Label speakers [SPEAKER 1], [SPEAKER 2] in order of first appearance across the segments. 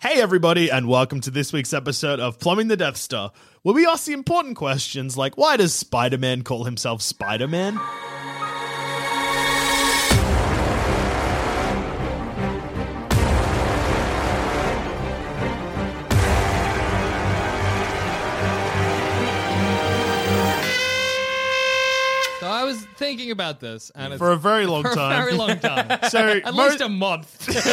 [SPEAKER 1] Hey, everybody, and welcome to this week's episode of Plumbing the Death Star, where we ask the important questions like why does Spider Man call himself Spider Man?
[SPEAKER 2] So I was thinking about this, and it's
[SPEAKER 1] For a very long
[SPEAKER 2] for a
[SPEAKER 1] time.
[SPEAKER 2] very long time.
[SPEAKER 1] So,
[SPEAKER 2] At
[SPEAKER 1] most-
[SPEAKER 2] least a month.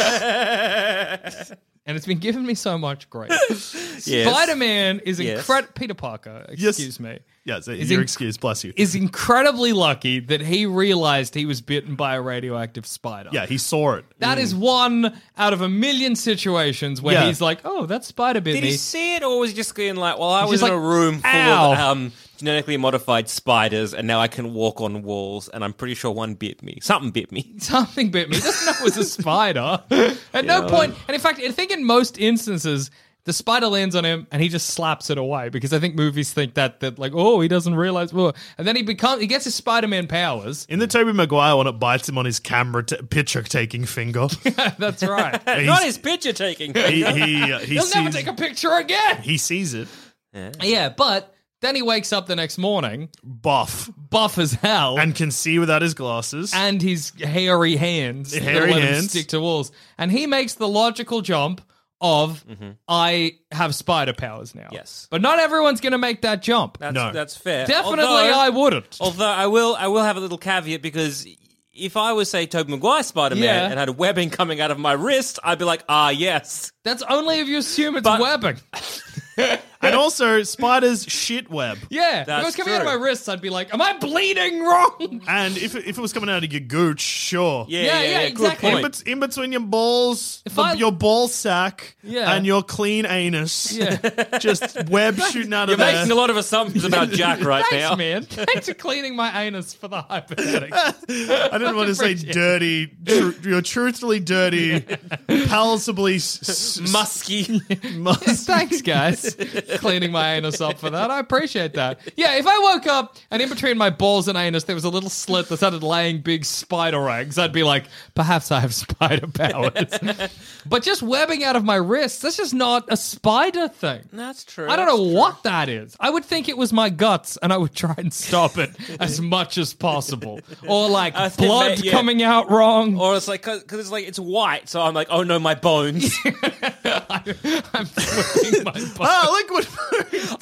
[SPEAKER 2] and it's been giving me so much grief. Spider Man is incredible. Peter Parker,
[SPEAKER 1] Yes.
[SPEAKER 2] excuse me,
[SPEAKER 1] Yes, your
[SPEAKER 2] in-
[SPEAKER 1] excuse, bless you.
[SPEAKER 2] is incredibly lucky that he realized he was bitten by a radioactive spider.
[SPEAKER 1] yeah, he saw it.
[SPEAKER 2] That is one out of a million situations where
[SPEAKER 1] Yeah.
[SPEAKER 2] he's like, "Oh, that spider bit
[SPEAKER 3] Did
[SPEAKER 2] me."
[SPEAKER 3] he see it, or was he just going like, "Well, I
[SPEAKER 2] He's
[SPEAKER 3] was
[SPEAKER 2] just
[SPEAKER 3] in a
[SPEAKER 2] like,
[SPEAKER 3] room full
[SPEAKER 2] "Ow."
[SPEAKER 3] of um, genetically modified spiders, and now I can walk on walls, and I'm pretty sure one bit me. Something bit me."
[SPEAKER 2] something bit me. He doesn't know it was a spider. At no point, and in fact, I think in most instances, the spider lands on him and he just slaps it away because I think movies think that that like, oh, he doesn't realize, whoa. and then he becomes he gets his Spider-Man powers.
[SPEAKER 1] In the Toby Maguire one, it bites him on his camera t- picture taking finger.
[SPEAKER 2] That's right.
[SPEAKER 3] Not his picture taking.
[SPEAKER 1] He, he, uh, he
[SPEAKER 2] He'll
[SPEAKER 1] sees,
[SPEAKER 2] never take a picture again.
[SPEAKER 1] he sees it.
[SPEAKER 2] Yeah, but then he wakes up the next morning,
[SPEAKER 1] Buff.
[SPEAKER 2] buff as hell,
[SPEAKER 1] And can see without his glasses.
[SPEAKER 2] and his hairy hands, that
[SPEAKER 1] Hairy
[SPEAKER 2] let him
[SPEAKER 1] hands.
[SPEAKER 2] stick to walls, and he makes the logical jump of I have spider powers now.
[SPEAKER 3] Mm-hmm. Yes.
[SPEAKER 2] but not everyone's going to make that jump.
[SPEAKER 3] That's,
[SPEAKER 1] No.
[SPEAKER 3] that's fair.
[SPEAKER 2] Definitely,
[SPEAKER 3] Although-
[SPEAKER 2] I wouldn't.
[SPEAKER 3] Although I will, I will have a little caveat because if I was say Tobey Maguire Spider Man
[SPEAKER 2] Yeah.
[SPEAKER 3] and had webbing coming out of my wrist, I'd be like, "Ah, yes."
[SPEAKER 2] That's only if you assume it's
[SPEAKER 3] But-
[SPEAKER 2] webbing.
[SPEAKER 1] and also, spiders shit web.
[SPEAKER 2] Yeah, if it
[SPEAKER 3] That's
[SPEAKER 2] was coming out of my
[SPEAKER 3] true.
[SPEAKER 2] wrists, I'd be like, "Am I bleeding wrong?"
[SPEAKER 1] And if, if it was coming out of your gooch, sure.
[SPEAKER 3] Yeah,
[SPEAKER 2] Yeah,
[SPEAKER 3] yeah,
[SPEAKER 2] yeah,
[SPEAKER 3] yeah, good
[SPEAKER 2] exactly.
[SPEAKER 1] In,
[SPEAKER 3] point.
[SPEAKER 1] bet- in between your balls,
[SPEAKER 2] If
[SPEAKER 1] the-
[SPEAKER 2] I-
[SPEAKER 1] your ball sack,
[SPEAKER 2] Yeah.
[SPEAKER 1] and your clean anus.
[SPEAKER 2] Yeah.
[SPEAKER 1] Just web shooting out
[SPEAKER 3] You're
[SPEAKER 1] of there.
[SPEAKER 3] making a lot of assumptions about Jack right
[SPEAKER 2] Thanks,
[SPEAKER 3] now.
[SPEAKER 2] man. Thanks for cleaning my anus for the hypothetic.
[SPEAKER 1] I didn't want to say
[SPEAKER 2] Appreciate it.
[SPEAKER 1] dirty. Tr- you're truthfully dirty, palatably s- s-
[SPEAKER 3] Musky.
[SPEAKER 1] must.
[SPEAKER 2] Thanks, guys, cleaning my anus up for that. I appreciate that. Yeah, if I woke up and in between my balls and anus there was a little slit that started laying big spider eggs, I'd be like, "Perhaps I have spider powers." but just webbing out of my wrists, that's just not a spider thing.
[SPEAKER 3] That's true.
[SPEAKER 2] I don't know what that is. I would think it was my guts, and I would try and stop it as much as possible. Or like
[SPEAKER 3] I think
[SPEAKER 2] blood
[SPEAKER 3] that- yeah.
[SPEAKER 2] coming out wrong.
[SPEAKER 3] Or it's like because it's like it's white, so I'm like, oh no, my bones.
[SPEAKER 2] I'm flipping my butt.
[SPEAKER 1] Ah, liquid.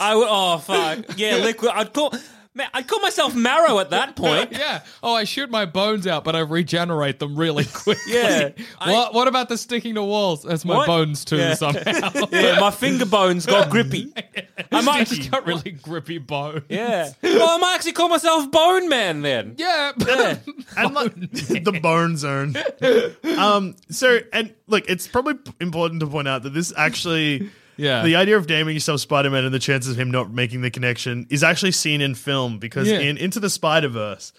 [SPEAKER 3] I would. Oh fuck. Yeah, liquid. I'd call. Man, I'd call myself marrow at that point.
[SPEAKER 2] Yeah. Oh, I shoot my bones out, but I regenerate them really quickly.
[SPEAKER 3] Yeah. I-
[SPEAKER 2] What What about the sticking to walls? That's my
[SPEAKER 3] What?
[SPEAKER 2] bones too
[SPEAKER 3] Yeah.
[SPEAKER 2] somehow.
[SPEAKER 3] Yeah, my finger bones got grippy. I
[SPEAKER 2] I
[SPEAKER 3] might.
[SPEAKER 2] just got really grippy bones.
[SPEAKER 3] Yeah. Well, I might actually call myself Bone Man then.
[SPEAKER 2] Yeah.
[SPEAKER 1] and like, the bone zone. Um. So and look, it's probably p- important to point out that this actually.
[SPEAKER 2] Yeah.
[SPEAKER 1] The idea of naming yourself Spider Man and the chances of him not making the connection is actually seen in film because
[SPEAKER 2] Yeah.
[SPEAKER 1] in Into the Spider Verse,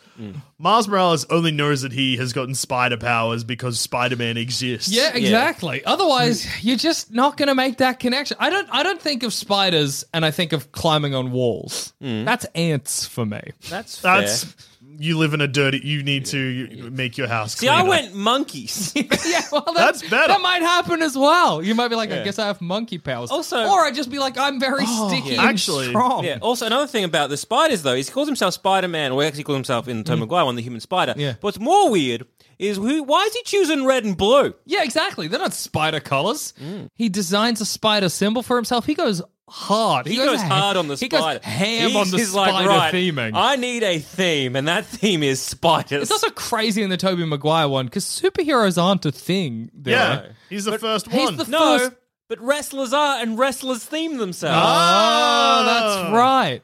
[SPEAKER 1] Miles Morales only knows that he has gotten spider powers because Spider Man exists.
[SPEAKER 2] Yeah, exactly. Otherwise, you're just not going to make that connection. I don't. I don't think of spiders, and I think of climbing on walls.
[SPEAKER 3] Mm.
[SPEAKER 2] That's ants for me.
[SPEAKER 3] That's fair.
[SPEAKER 1] That's you live in a dirty. You need to you- make your house.
[SPEAKER 3] See, I
[SPEAKER 1] cleaner.
[SPEAKER 3] went monkeys.
[SPEAKER 2] yeah, well,
[SPEAKER 1] That's better.
[SPEAKER 2] That might happen as well. You might be like, I guess I have monkey powers.
[SPEAKER 3] Also- Oh,
[SPEAKER 2] or I'd just be like, I'm very sticky
[SPEAKER 1] yeah.
[SPEAKER 2] and
[SPEAKER 1] Actually,
[SPEAKER 2] strong.
[SPEAKER 3] Yeah. Also, another thing about the spiders, though, is he calls himself Spider Man, or he actually calls himself in Tom Maguire on the Human Spider.
[SPEAKER 2] Mm-hmm. Yeah.
[SPEAKER 3] But what's more weird is who? Why is he choosing red and blue?
[SPEAKER 2] Yeah, exactly. They're not spider colors.
[SPEAKER 3] Mm.
[SPEAKER 2] He designs a spider symbol for himself. He goes hard.
[SPEAKER 3] He, goes,
[SPEAKER 2] ha-
[SPEAKER 3] hard on the
[SPEAKER 2] he
[SPEAKER 3] spider.
[SPEAKER 2] goes ham
[SPEAKER 3] He's
[SPEAKER 2] on the
[SPEAKER 3] just like,
[SPEAKER 2] spider
[SPEAKER 3] right, Oh,
[SPEAKER 2] theming.
[SPEAKER 3] I need a theme, and that theme is spiders.
[SPEAKER 2] it's also crazy in the Toby Maguire one because superheroes aren't a thing. There.
[SPEAKER 1] Yeah, he's the first
[SPEAKER 2] he's
[SPEAKER 1] one.
[SPEAKER 2] the f-
[SPEAKER 3] no,
[SPEAKER 2] first- Ah,
[SPEAKER 3] but wrestlers are, and wrestlers theme themselves.
[SPEAKER 2] Oh, that's right.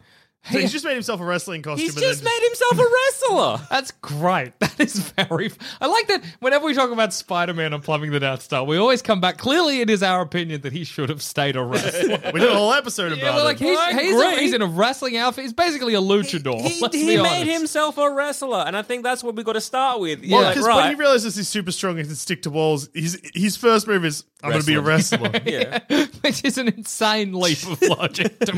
[SPEAKER 1] So he's just made himself a wrestling costume.
[SPEAKER 3] He's
[SPEAKER 1] and then
[SPEAKER 3] just made himself a wrestler.
[SPEAKER 2] That's great. That is very. I like that. Whenever we talk about Spider-Man and plumbing the Death Star, we always come back. Clearly, it is our opinion that he should have stayed a wrestler.
[SPEAKER 1] We did a whole episode about
[SPEAKER 2] yeah, we're like
[SPEAKER 1] it.
[SPEAKER 2] he's,
[SPEAKER 3] Well,
[SPEAKER 2] he's, a,
[SPEAKER 3] great.
[SPEAKER 2] he's in a wrestling outfit. He's basically a luchador.
[SPEAKER 3] He,
[SPEAKER 2] let's
[SPEAKER 3] he
[SPEAKER 2] be
[SPEAKER 3] made
[SPEAKER 2] honest.
[SPEAKER 3] himself a wrestler, and I think that's what we got to start with. Yeah,
[SPEAKER 1] Well, because
[SPEAKER 3] right.
[SPEAKER 1] when he realizes he's super strong and can stick to walls, his his first move is I'm going to be a wrestler.
[SPEAKER 3] yeah.
[SPEAKER 2] which is an insane leap of logic to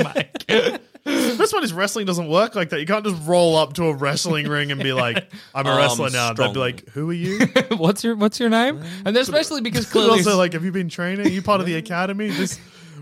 [SPEAKER 2] make.
[SPEAKER 1] The first one is wrestling doesn't work like that. You can't just roll up to a wrestling ring and be like, I'm a
[SPEAKER 3] I'm
[SPEAKER 1] wrestler now. They'd
[SPEAKER 3] strong.
[SPEAKER 1] be like, Who are you?
[SPEAKER 2] what's your What's your name? And especially because
[SPEAKER 1] But
[SPEAKER 2] clearly,
[SPEAKER 1] also, like, have you been training? Are you part of the academy? This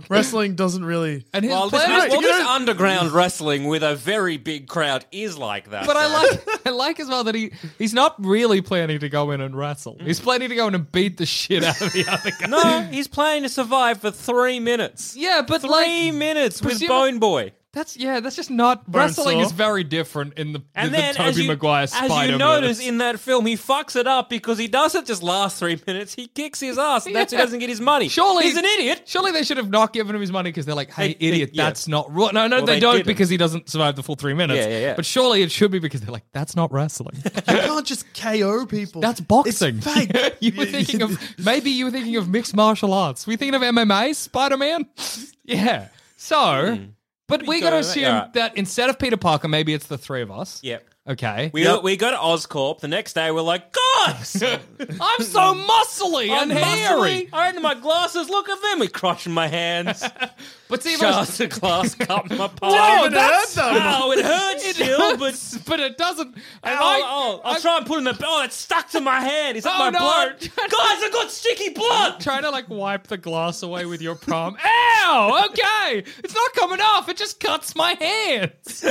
[SPEAKER 1] wrestling doesn't really.
[SPEAKER 2] and his
[SPEAKER 3] Well, this,
[SPEAKER 2] plan
[SPEAKER 3] well,
[SPEAKER 2] Oh, is-
[SPEAKER 1] you
[SPEAKER 3] this
[SPEAKER 1] know-
[SPEAKER 3] underground wrestling with a very big crowd is like that.
[SPEAKER 2] But I
[SPEAKER 3] so-
[SPEAKER 2] like I like as well that he he's not really planning to go in and wrestle. He's planning to go in and beat the shit out of the other guy.
[SPEAKER 3] No, he's playing to survive for three minutes.
[SPEAKER 2] Yeah, but
[SPEAKER 3] three
[SPEAKER 2] like
[SPEAKER 3] minutes with
[SPEAKER 2] presume-
[SPEAKER 3] Bone Boy.
[SPEAKER 2] that's yeah, that's just not wrestling
[SPEAKER 1] saw.
[SPEAKER 2] is very different in the in
[SPEAKER 3] And
[SPEAKER 2] the
[SPEAKER 3] then, as
[SPEAKER 2] Toby
[SPEAKER 3] you,
[SPEAKER 2] Maguire
[SPEAKER 3] as
[SPEAKER 2] spider.
[SPEAKER 3] you notice in that film, he fucks it up because he doesn't just last three minutes. He kicks his ass, and that's
[SPEAKER 2] Yeah.
[SPEAKER 3] he doesn't get his money.
[SPEAKER 2] Surely
[SPEAKER 3] he's an idiot.
[SPEAKER 2] Surely they should have not given him his money because they're like, "Hey,
[SPEAKER 3] They- they-
[SPEAKER 2] idiot,
[SPEAKER 3] yeah.
[SPEAKER 2] that's not right." No, no,
[SPEAKER 3] Well,
[SPEAKER 2] they,
[SPEAKER 3] they
[SPEAKER 2] don't
[SPEAKER 3] didn't.
[SPEAKER 2] because he doesn't survive the full three minutes.
[SPEAKER 3] Yeah, yeah, yeah.
[SPEAKER 2] But surely it should be because they're like, "That's not wrestling.
[SPEAKER 1] You can't just KO people.
[SPEAKER 2] That's boxing."
[SPEAKER 1] It's fake.
[SPEAKER 2] you were thinking of maybe you were thinking of mixed martial arts. We thinking of MMA, Spider Man. yeah. So,
[SPEAKER 3] Hmm.
[SPEAKER 2] but we got to
[SPEAKER 3] gotta-
[SPEAKER 2] assume
[SPEAKER 3] yeah.
[SPEAKER 2] that instead of Peter Parker, maybe it's the three of us.
[SPEAKER 3] Yep.
[SPEAKER 2] Okay.
[SPEAKER 3] We, we go to Oscorp. The next day, we're like, guys,
[SPEAKER 2] I'm so muscly
[SPEAKER 3] I'm
[SPEAKER 2] and hairy.
[SPEAKER 3] muscly. I own my glasses. Look at them. We're crushing my hands.
[SPEAKER 2] But see,
[SPEAKER 3] Shards of glass cut my palm.
[SPEAKER 2] Whoa,
[SPEAKER 1] that's-
[SPEAKER 3] Ow, it hurts still, but
[SPEAKER 2] but but it doesn't. And
[SPEAKER 3] Oh,
[SPEAKER 2] I,
[SPEAKER 3] oh, I'll
[SPEAKER 2] I'm
[SPEAKER 3] try and put in the. Oh, it's stuck to my hand. Is that
[SPEAKER 2] Oh,
[SPEAKER 3] my
[SPEAKER 2] no.
[SPEAKER 3] blood? Guys, I got sticky blood.
[SPEAKER 2] trying to like wipe the glass away with your palm. Ow! Okay, it's not coming off. It just cuts my hands.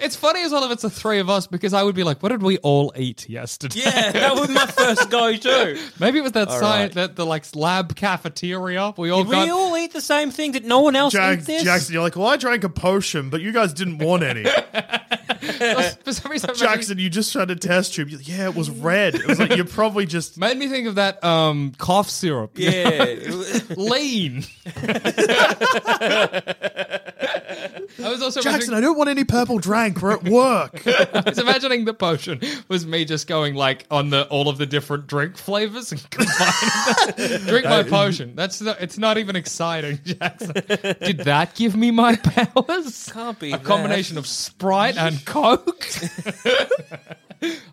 [SPEAKER 2] It's funny as well if it's the three of us because I would be like, what did we all eat yesterday?
[SPEAKER 3] Yeah, that was my first go too.
[SPEAKER 2] Maybe it was that science,
[SPEAKER 3] right.
[SPEAKER 2] that the like lab cafeteria. We all
[SPEAKER 3] Did we
[SPEAKER 2] got.
[SPEAKER 3] all eat the same thing? Did no one else
[SPEAKER 1] Jack,
[SPEAKER 3] eat this?
[SPEAKER 1] Jackson, you're like, Well, I drank a potion, but you guys didn't want any.
[SPEAKER 2] for some reason, maybe-
[SPEAKER 1] Jackson, you just tried a test tube. You're like, yeah, it was red. It was like, You're probably just.
[SPEAKER 2] made me think of that um, cough syrup.
[SPEAKER 3] Yeah.
[SPEAKER 2] lean. I was also
[SPEAKER 1] Jackson, I
[SPEAKER 2] imagining,
[SPEAKER 1] don't want any purple drank. We're at work.
[SPEAKER 2] I was imagining the potion was me just going like on the all of the different drink flavors and combining them. drink my potion. That's the, it's not even exciting, Jackson. Did that give me my powers?
[SPEAKER 3] Can't be
[SPEAKER 2] a combination of Sprite and Coke.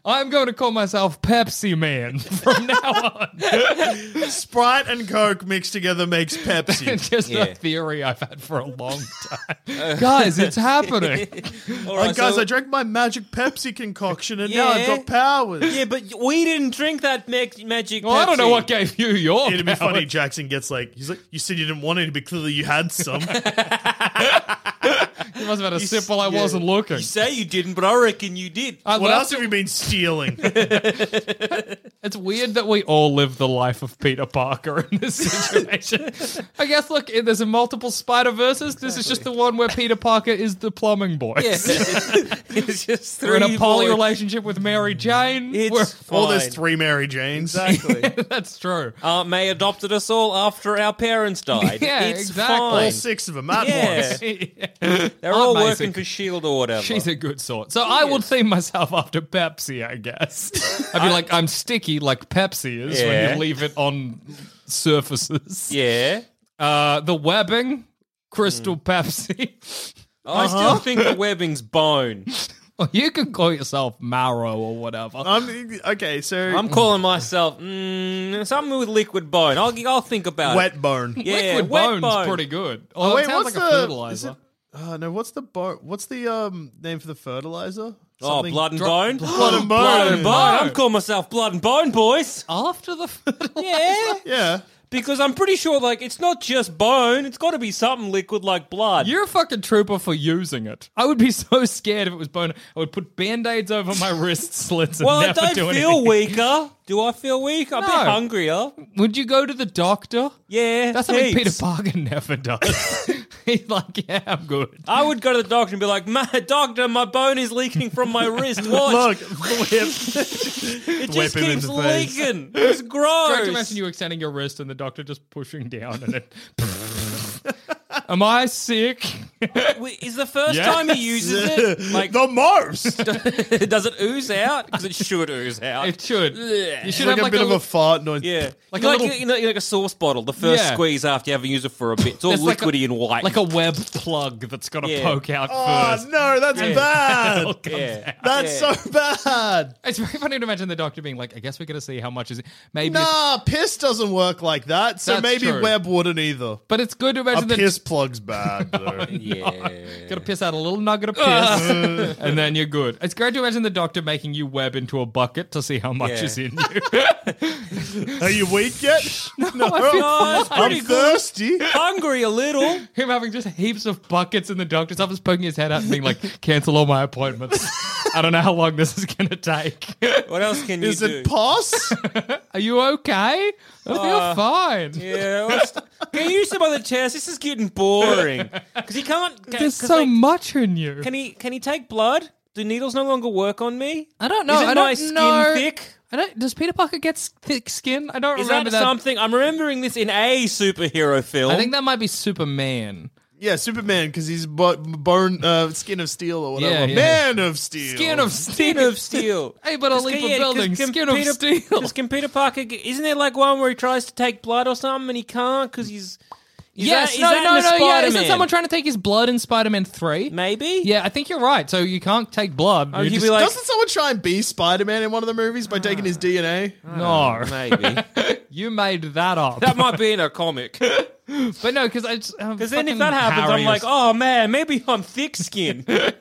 [SPEAKER 2] I'm going to call myself Pepsi Man from now on.
[SPEAKER 1] Sprite and Coke mixed together makes Pepsi.
[SPEAKER 2] just
[SPEAKER 3] Yeah. Uh,
[SPEAKER 2] a theory I've had for a long time. Guys, it's happening.
[SPEAKER 3] All
[SPEAKER 1] Like,
[SPEAKER 3] right,
[SPEAKER 1] guys,
[SPEAKER 3] Oh, so-
[SPEAKER 1] I drank my magic Pepsi concoction and now I've
[SPEAKER 3] Yeah.
[SPEAKER 1] got powers.
[SPEAKER 3] Yeah, but we didn't drink that mag- magic.
[SPEAKER 2] Well, I don't know
[SPEAKER 3] Pepsi.
[SPEAKER 2] what gave you your
[SPEAKER 1] It'd be
[SPEAKER 2] power.
[SPEAKER 1] funny. Jackson gets like, he's like, you said you didn't want any, but clearly you had some.
[SPEAKER 2] You must have had a
[SPEAKER 1] You
[SPEAKER 2] sip
[SPEAKER 1] s-
[SPEAKER 2] while I
[SPEAKER 1] yeah.
[SPEAKER 2] wasn't looking.
[SPEAKER 3] You say you didn't, but I reckon you did.
[SPEAKER 2] I
[SPEAKER 1] what
[SPEAKER 2] love
[SPEAKER 1] else have you been stealing?
[SPEAKER 2] It's weird that we all live the life of Peter Parker in this situation. I guess, look, it- there's a multiple Spider Verses. This is just the one where Peter Parker is the plumbing boy.
[SPEAKER 3] Yeah. it's just
[SPEAKER 2] We're in
[SPEAKER 3] three
[SPEAKER 2] a poly
[SPEAKER 3] boys.
[SPEAKER 2] relationship with Mary Jane.
[SPEAKER 3] It's
[SPEAKER 2] We're-
[SPEAKER 3] fine.
[SPEAKER 1] All those three Mary Janes.
[SPEAKER 3] Exactly.
[SPEAKER 2] that's true.
[SPEAKER 3] Aunt May adopted us all after our parents died.
[SPEAKER 2] Yeah,
[SPEAKER 3] it's
[SPEAKER 2] exactly.
[SPEAKER 1] All
[SPEAKER 3] fine.
[SPEAKER 1] six of them at
[SPEAKER 3] Yeah.
[SPEAKER 1] once.
[SPEAKER 3] They're all
[SPEAKER 2] Amazing.
[SPEAKER 3] working for Shield E or whatever.
[SPEAKER 2] She's a good sort. So I would theme myself after Pepsi, I guess. I'd be like, I'm sticky like Pepsi is when
[SPEAKER 3] Yeah.
[SPEAKER 2] you leave it on surfaces.
[SPEAKER 3] yeah. Mm.
[SPEAKER 2] Uh, the webbing, crystal Pepsi. Uh-huh.
[SPEAKER 3] I still think the webbing's bone.
[SPEAKER 2] Well, you can call yourself marrow or whatever.
[SPEAKER 1] I'm, okay, so
[SPEAKER 3] I'm calling myself mm, something with liquid bone. I'll I'll think about it.
[SPEAKER 1] wet bone.
[SPEAKER 3] Yeah,
[SPEAKER 2] Liquid
[SPEAKER 3] wet
[SPEAKER 2] bone's
[SPEAKER 3] bone.
[SPEAKER 2] pretty good. Oh, it sounds like a
[SPEAKER 1] is
[SPEAKER 2] fertilizer.
[SPEAKER 1] it- Oh no, what's the bo- What's the um name for the fertilizer?
[SPEAKER 3] Oh,
[SPEAKER 1] Something-
[SPEAKER 3] blood and
[SPEAKER 2] Dro-
[SPEAKER 3] bone.
[SPEAKER 1] Blood and bone.
[SPEAKER 3] Blood and bone. I'm
[SPEAKER 2] Bone.
[SPEAKER 3] calling myself blood and bone, boys.
[SPEAKER 2] After the fertilizer.
[SPEAKER 3] Yeah,
[SPEAKER 1] Yeah,
[SPEAKER 3] because I'm pretty sure like it's not just bone. It's got to be something liquid like blood.
[SPEAKER 2] You're a fucking trooper for using it. I would be so scared if it was bone. I would put band-aids over my wrist slits and
[SPEAKER 3] well, I
[SPEAKER 2] never
[SPEAKER 3] don't
[SPEAKER 2] do
[SPEAKER 3] feel
[SPEAKER 2] anything.
[SPEAKER 3] weaker. Do I feel weak? I'm a bit
[SPEAKER 2] No.
[SPEAKER 3] hungrier.
[SPEAKER 2] Would you go to the doctor?
[SPEAKER 3] Yeah,
[SPEAKER 2] That's something
[SPEAKER 3] heaps.
[SPEAKER 2] Peter Parker never does. He's like, yeah, I'm good.
[SPEAKER 3] I would go to the doctor and be like, "Ma- "Doctor, my bone is leaking from my wrist. Watch,
[SPEAKER 1] look, whip. whip
[SPEAKER 3] it just
[SPEAKER 1] him in
[SPEAKER 3] keeps
[SPEAKER 1] the face.
[SPEAKER 3] leaking. It's gross."
[SPEAKER 2] Correct, imagine you extending your wrist and the doctor just pushing down and it. Am I sick?
[SPEAKER 3] Wait, Is the first
[SPEAKER 1] Yes.
[SPEAKER 3] time he uses it like
[SPEAKER 1] the most.
[SPEAKER 3] does it ooze out? Because it should ooze out.
[SPEAKER 2] It should. You should
[SPEAKER 1] like
[SPEAKER 2] have
[SPEAKER 1] a
[SPEAKER 2] like
[SPEAKER 1] bit
[SPEAKER 2] a
[SPEAKER 1] of a
[SPEAKER 2] little-
[SPEAKER 1] fart noise.
[SPEAKER 3] yeah,
[SPEAKER 2] Like
[SPEAKER 3] like
[SPEAKER 2] a
[SPEAKER 3] like,
[SPEAKER 2] little-
[SPEAKER 3] you know, like a sauce bottle. The first
[SPEAKER 2] Yeah.
[SPEAKER 3] squeeze after you haven't used it for a bit, it's all
[SPEAKER 2] There's like a-
[SPEAKER 3] liquidy and white.
[SPEAKER 2] like a web plug that's got to
[SPEAKER 3] Yeah.
[SPEAKER 2] poke out
[SPEAKER 1] Oh
[SPEAKER 2] first.
[SPEAKER 1] no, that's bad.
[SPEAKER 3] yeah.
[SPEAKER 1] That's so bad.
[SPEAKER 2] It's very funny to imagine the doctor being like, "I guess we're gonna see how much is it. maybe." it's-
[SPEAKER 1] Nah, piss doesn't work like that. So
[SPEAKER 2] That's
[SPEAKER 1] maybe
[SPEAKER 2] true.
[SPEAKER 1] web wouldn't either.
[SPEAKER 2] But it's good to
[SPEAKER 1] A
[SPEAKER 2] imagine that
[SPEAKER 1] piss plug's bad. though.
[SPEAKER 3] yeah.
[SPEAKER 2] Gotta piss out a little nugget of piss, and then you're good. It's great to imagine the doctor making you web into a bucket to see how much
[SPEAKER 3] Yeah.
[SPEAKER 2] is in you.
[SPEAKER 1] Are you weak yet? No,
[SPEAKER 2] Oh,
[SPEAKER 3] No, it's
[SPEAKER 1] I'm
[SPEAKER 3] pretty good.
[SPEAKER 1] thirsty.
[SPEAKER 3] Hungry a little.
[SPEAKER 2] Him having just heaps of buckets in the doctor's office, poking his head out and being like, cancel all my appointments. I don't know how long this is gonna take.
[SPEAKER 3] What else can
[SPEAKER 1] Is
[SPEAKER 3] you
[SPEAKER 1] it
[SPEAKER 3] do?
[SPEAKER 1] pus?
[SPEAKER 2] Are you okay? I feel fine.
[SPEAKER 3] Uh, yeah, what's- can you use some other chairs? This is getting boring. Because he can't. Can,
[SPEAKER 2] There's
[SPEAKER 3] 'cause,
[SPEAKER 2] so
[SPEAKER 3] like,
[SPEAKER 2] much in you.
[SPEAKER 3] Can he? Can he take blood? Do needles no longer work on me?
[SPEAKER 2] I don't know.
[SPEAKER 3] Isn't
[SPEAKER 2] I don't
[SPEAKER 3] my skin
[SPEAKER 2] know.
[SPEAKER 3] thick?
[SPEAKER 2] I don't, does Peter Parker get s- thick skin? I don't
[SPEAKER 3] Is that,
[SPEAKER 2] remember that.
[SPEAKER 3] something? I'm remembering this in a superhero film.
[SPEAKER 2] I think that might be Superman.
[SPEAKER 1] yeah, Superman because he's bo- bone uh, skin of steel or whatever.
[SPEAKER 2] Yeah, yeah.
[SPEAKER 1] Man of steel.
[SPEAKER 2] Skin of
[SPEAKER 3] Skin
[SPEAKER 2] steel.
[SPEAKER 3] of Steel.
[SPEAKER 2] Hey, but I'll leap a building. Skin of steel.
[SPEAKER 3] Because can Peter Parker? g- Isn't there like one where he tries to take blood or something and he can't because he's. Is
[SPEAKER 2] yes,
[SPEAKER 3] that- is
[SPEAKER 2] no,
[SPEAKER 3] that in
[SPEAKER 2] no,
[SPEAKER 3] a
[SPEAKER 2] no, yeah. Isn't
[SPEAKER 3] Spider-Man?
[SPEAKER 2] someone trying to take his blood in Spider Man 3?
[SPEAKER 3] Maybe.
[SPEAKER 2] Yeah, I think you're right. So you can't take blood.
[SPEAKER 3] Oh,
[SPEAKER 2] You
[SPEAKER 3] he'd
[SPEAKER 2] just-
[SPEAKER 3] be like,
[SPEAKER 1] Doesn't someone try and be Spider Man in one of the movies by taking his DNA?
[SPEAKER 2] no,
[SPEAKER 3] maybe.
[SPEAKER 2] "Oh, you made that up.
[SPEAKER 3] oh, that might be in a comic.
[SPEAKER 2] but no, because I just um, because
[SPEAKER 3] Because then if that happens, I'm like, oh man, maybe I'm thick skinned.
[SPEAKER 1] What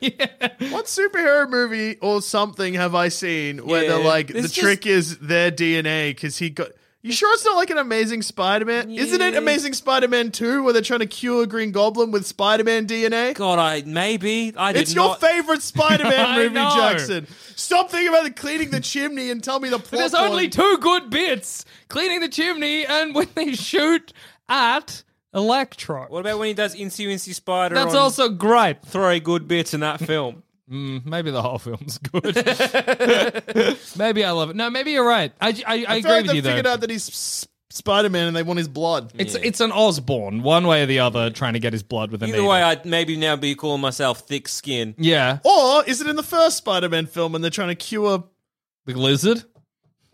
[SPEAKER 1] superhero movie or something have I seen where
[SPEAKER 3] Yeah.
[SPEAKER 1] they're like the
[SPEAKER 3] It's just-
[SPEAKER 1] trick is their DNA because he got. You sure it's not like an Amazing Spider-Man? Isn't it
[SPEAKER 3] Yeah.
[SPEAKER 1] Amazing Spider-Man Two where they're trying to cure Green Goblin with Spider-Man DNA?
[SPEAKER 3] God, I maybe I did
[SPEAKER 1] It's your
[SPEAKER 3] not-
[SPEAKER 1] favorite Spider-Man
[SPEAKER 2] I
[SPEAKER 1] movie,
[SPEAKER 2] know.
[SPEAKER 1] Jackson. Stop thinking about the cleaning the chimney and tell me the plot.
[SPEAKER 2] But there's
[SPEAKER 1] point.
[SPEAKER 2] only two good bits: cleaning the chimney and when they shoot at Electro.
[SPEAKER 3] What about when he does Incy Wincy Spider?
[SPEAKER 2] That's
[SPEAKER 3] on
[SPEAKER 2] also great.
[SPEAKER 3] three good bits in that film.
[SPEAKER 2] Maybe the whole film's good. maybe I love it. No, maybe you're right. I, I, I,
[SPEAKER 1] I feel
[SPEAKER 2] agree
[SPEAKER 1] like
[SPEAKER 2] with
[SPEAKER 1] they
[SPEAKER 2] you though.
[SPEAKER 1] figured out that he's s- Spider-Man and they want his blood.
[SPEAKER 2] It's it's an Osborne, one way or the other, trying to get his blood with a
[SPEAKER 3] Either
[SPEAKER 2] needle.
[SPEAKER 3] way, I'd maybe now be calling myself thick skin.
[SPEAKER 2] yeah,
[SPEAKER 1] Or is it in the first Spider-Man film and they're trying to cure?
[SPEAKER 2] the lizard.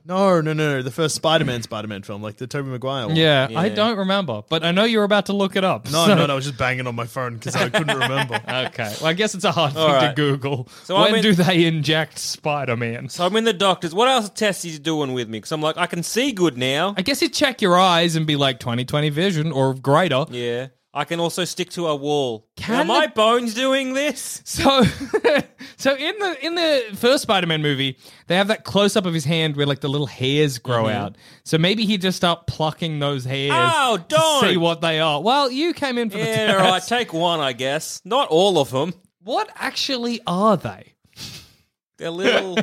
[SPEAKER 1] No, no, no, no. The first Spider-Man Spider-Man film, like the Tobey Maguire one.
[SPEAKER 2] Yeah, I
[SPEAKER 3] Yeah.
[SPEAKER 2] don't remember, but I know you're about to look it up.
[SPEAKER 1] No,
[SPEAKER 2] so- Oh,
[SPEAKER 1] no, no. I was just banging on my phone because I couldn't remember.
[SPEAKER 2] Okay. Well, I guess it's a hard thing to
[SPEAKER 3] right.
[SPEAKER 2] Google.
[SPEAKER 3] So
[SPEAKER 2] when
[SPEAKER 3] I'm in-
[SPEAKER 2] do they inject Spider Man?
[SPEAKER 3] So I'm in the doctors. What else test he's doing with me? Because I'm like, I can see good now.
[SPEAKER 2] I guess you check your eyes and be like 2020 vision or greater.
[SPEAKER 3] Yeah, I can also stick to a wall.
[SPEAKER 2] Can
[SPEAKER 3] Are
[SPEAKER 2] the-
[SPEAKER 3] my bones doing this?
[SPEAKER 2] So, so in the in the first Spider Man movie, they have that close up of his hand where like the little hairs grow
[SPEAKER 3] Mm-hmm.
[SPEAKER 2] out. So maybe he just start plucking those hairs.
[SPEAKER 3] Ow,
[SPEAKER 2] to
[SPEAKER 3] Oh, don't.
[SPEAKER 2] see what they are. Well, you came in for
[SPEAKER 3] Yeah,
[SPEAKER 2] the
[SPEAKER 3] all right.
[SPEAKER 2] test.
[SPEAKER 3] Take one, I guess. Not all of them.
[SPEAKER 2] What actually are they?
[SPEAKER 3] They're little.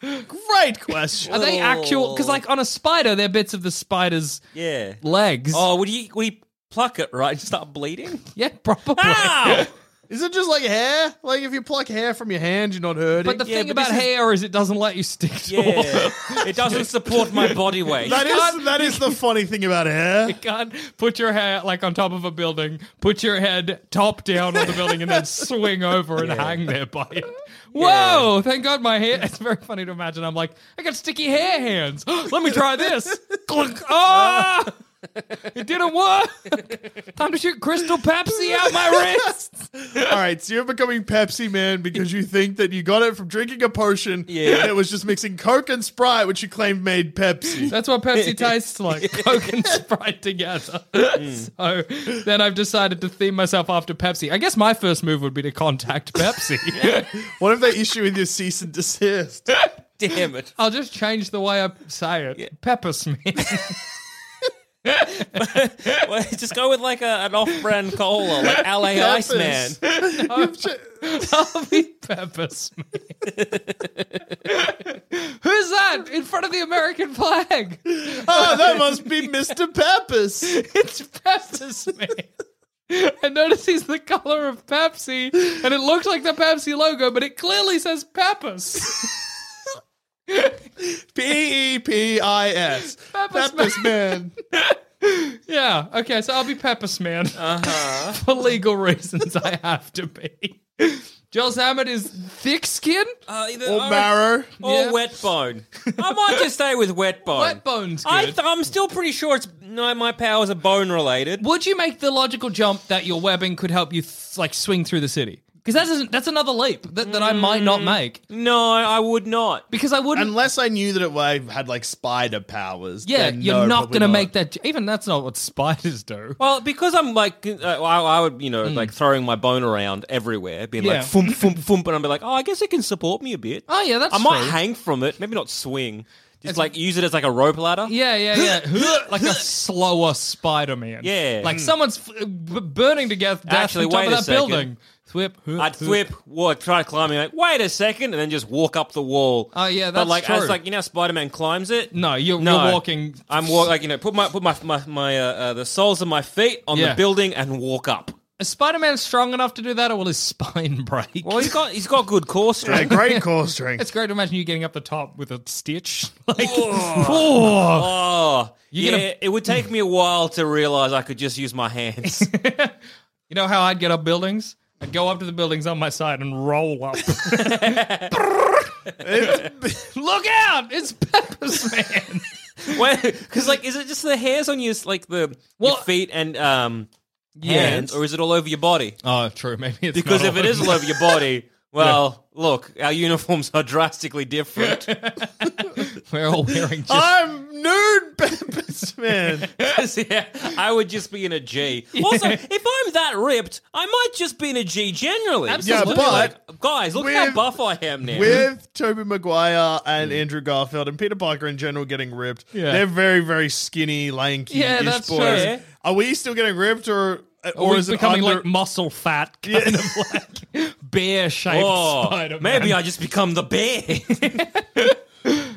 [SPEAKER 1] Great question.
[SPEAKER 2] Are they actual? Because like on a spider, they're bits of the spider's
[SPEAKER 3] yeah.
[SPEAKER 2] legs.
[SPEAKER 3] Oh, would you would you pluck it right and start bleeding? Ah!
[SPEAKER 2] yeah, probably.
[SPEAKER 3] Ow!
[SPEAKER 1] Is it just like hair? Like if you pluck hair from your hand, you're not hurting.
[SPEAKER 2] But the
[SPEAKER 3] Yeah,
[SPEAKER 2] thing
[SPEAKER 3] but
[SPEAKER 2] about
[SPEAKER 3] this is-
[SPEAKER 2] hair is it doesn't let you stick to a wall.
[SPEAKER 3] Yeah, it doesn't support my body weight.
[SPEAKER 1] that is that is the funny thing about hair.
[SPEAKER 2] can't put your hair like on top of a building, put your head top down on the building, and then swing over and hang there by it. Whoa! Thank God my hair. It's very funny to imagine. I'm like, I got sticky hair hands. Let me try this. Clunk. Ah! It didn't work. Time to shoot crystal Pepsi out my wrists.
[SPEAKER 1] All right, so you're becoming Pepsi Man because you think that you got it from drinking a potion.
[SPEAKER 3] Yeah.
[SPEAKER 1] and it was just mixing Coke and Sprite, which you claimed made Pepsi.
[SPEAKER 2] That's what Pepsi tastes like. Coke and Sprite together. So then I've decided to theme myself after Pepsi. I guess my first move would be to contact Pepsi.
[SPEAKER 1] what if they issue with your cease and desist?
[SPEAKER 3] Damn it!
[SPEAKER 2] I'll just change the way I say it. Pepper Smith.
[SPEAKER 3] Well, just go with like a, an off-brand cola, like LA
[SPEAKER 1] Peppers.
[SPEAKER 3] Iceman.
[SPEAKER 2] I'll be Pepper Smith. Who's that in front of the American flag?
[SPEAKER 1] Oh, that must be Mr. Peppers.
[SPEAKER 2] It's Pepper Smith. I notice he's the color of Pepsi, and it looks like the Pepsi logo, but it clearly says Peppers.
[SPEAKER 1] P E P I S. E
[SPEAKER 2] Peppers
[SPEAKER 1] Peppers Man.
[SPEAKER 2] Yeah. Okay. So I'll be Peppers Man
[SPEAKER 3] Uh-huh.
[SPEAKER 2] for legal reasons. I have to be. Joel Zammett is thick skin.
[SPEAKER 3] Uh, either-
[SPEAKER 1] Or marrow.
[SPEAKER 3] Or
[SPEAKER 2] Yeah.
[SPEAKER 3] wet bone. I might just stay with wet bone.
[SPEAKER 2] Wet bone's
[SPEAKER 3] I
[SPEAKER 2] good.
[SPEAKER 3] th- I'm still pretty sure it's no, my powers are bone related.
[SPEAKER 2] Would you make the logical jump that your webbing could help you th- like swing through the city? Because that's isn't- that's another leap that, that I might
[SPEAKER 3] Mm.
[SPEAKER 2] not make
[SPEAKER 3] No, I would not.
[SPEAKER 2] because I wouldn't.
[SPEAKER 1] Unless I knew that it I had like spider powers.
[SPEAKER 2] yeah,
[SPEAKER 1] then
[SPEAKER 2] you're
[SPEAKER 1] no,
[SPEAKER 2] not
[SPEAKER 1] probably
[SPEAKER 2] going to make that. j- Even that's not what spiders do.
[SPEAKER 3] Well, because I'm like, uh, I, I would, you know, like throwing my bone around everywhere, being
[SPEAKER 2] Hmm. Yeah.
[SPEAKER 3] like, foom, foom, foom, and I'm be like, oh, I guess it can support me a bit.
[SPEAKER 2] Oh, yeah, that's
[SPEAKER 3] I might
[SPEAKER 2] true.
[SPEAKER 3] hang from it, maybe not swing. Just like use it as like a rope ladder.
[SPEAKER 2] Yeah, yeah, yeah. like a slower Spider Man.
[SPEAKER 3] Yeah. Hmm.
[SPEAKER 2] Like someone's f- uh, b- burning to death, death
[SPEAKER 3] Actually,
[SPEAKER 2] on top
[SPEAKER 3] wait
[SPEAKER 2] of
[SPEAKER 3] a
[SPEAKER 2] that
[SPEAKER 3] second.
[SPEAKER 2] building. Thwip. whoop,
[SPEAKER 3] I'd flip, walk, try to climb, and like, wait a second, and then just walk up the wall.
[SPEAKER 2] Oh, yeah,
[SPEAKER 3] but
[SPEAKER 2] that's
[SPEAKER 3] like,
[SPEAKER 2] true.
[SPEAKER 3] as like you know, how Spider-Man climbs it.
[SPEAKER 2] No, you're, you're walking.
[SPEAKER 3] I'm walk like you know, put my put my my, my uh, uh, the soles of my feet on
[SPEAKER 2] Yeah.
[SPEAKER 3] the building and walk up.
[SPEAKER 2] Is Spider Man strong enough to do that, or will his spine break?
[SPEAKER 3] Well, he's got he's got good core
[SPEAKER 1] Yeah,
[SPEAKER 3] strength.
[SPEAKER 1] great core strength.
[SPEAKER 2] it's great to imagine you getting up the top with a stitch. Like, Oh.
[SPEAKER 3] Oh,
[SPEAKER 2] You're
[SPEAKER 3] yeah,
[SPEAKER 2] gonna-
[SPEAKER 3] it would take me a while to realize I could just use my hands.
[SPEAKER 2] You know how I'd get up buildings? I'd go up to the buildings on my side and roll up. Look out! It's Peppers Man.
[SPEAKER 3] Because like, is it just the hairs on your s- like the
[SPEAKER 2] Well-
[SPEAKER 3] your feet and um hands,
[SPEAKER 2] Yes.
[SPEAKER 3] or is it all over your body?
[SPEAKER 2] Oh, true. Maybe it's
[SPEAKER 3] Because
[SPEAKER 2] not
[SPEAKER 3] if
[SPEAKER 2] all
[SPEAKER 3] it is
[SPEAKER 2] over.
[SPEAKER 3] all over your body, well, look, our uniforms are drastically different.
[SPEAKER 2] we're all wearing just
[SPEAKER 1] I'm nude, Peppers Man.
[SPEAKER 3] yeah, I would just be in a G. Also, if I'm that ripped, I might just be in a G generally.
[SPEAKER 2] Absolutely.
[SPEAKER 1] Yeah, but-
[SPEAKER 3] Like, guys, look how
[SPEAKER 1] With-
[SPEAKER 3] buff I am now.
[SPEAKER 1] With Toby Maguire and Andrew Garfield and Peter Parker in general getting ripped,
[SPEAKER 2] Yeah.
[SPEAKER 1] they're very, very skinny, lanky
[SPEAKER 2] Yeah,
[SPEAKER 1] ish
[SPEAKER 2] that's
[SPEAKER 1] boys.
[SPEAKER 2] fair.
[SPEAKER 1] Are we still getting ripped or uh,
[SPEAKER 2] or
[SPEAKER 1] or
[SPEAKER 2] is
[SPEAKER 1] is it
[SPEAKER 2] becoming
[SPEAKER 1] under-
[SPEAKER 2] like muscle fat kind of like bear shaped
[SPEAKER 3] Oh,
[SPEAKER 2] Spider-Man.
[SPEAKER 3] maybe I just become the bear.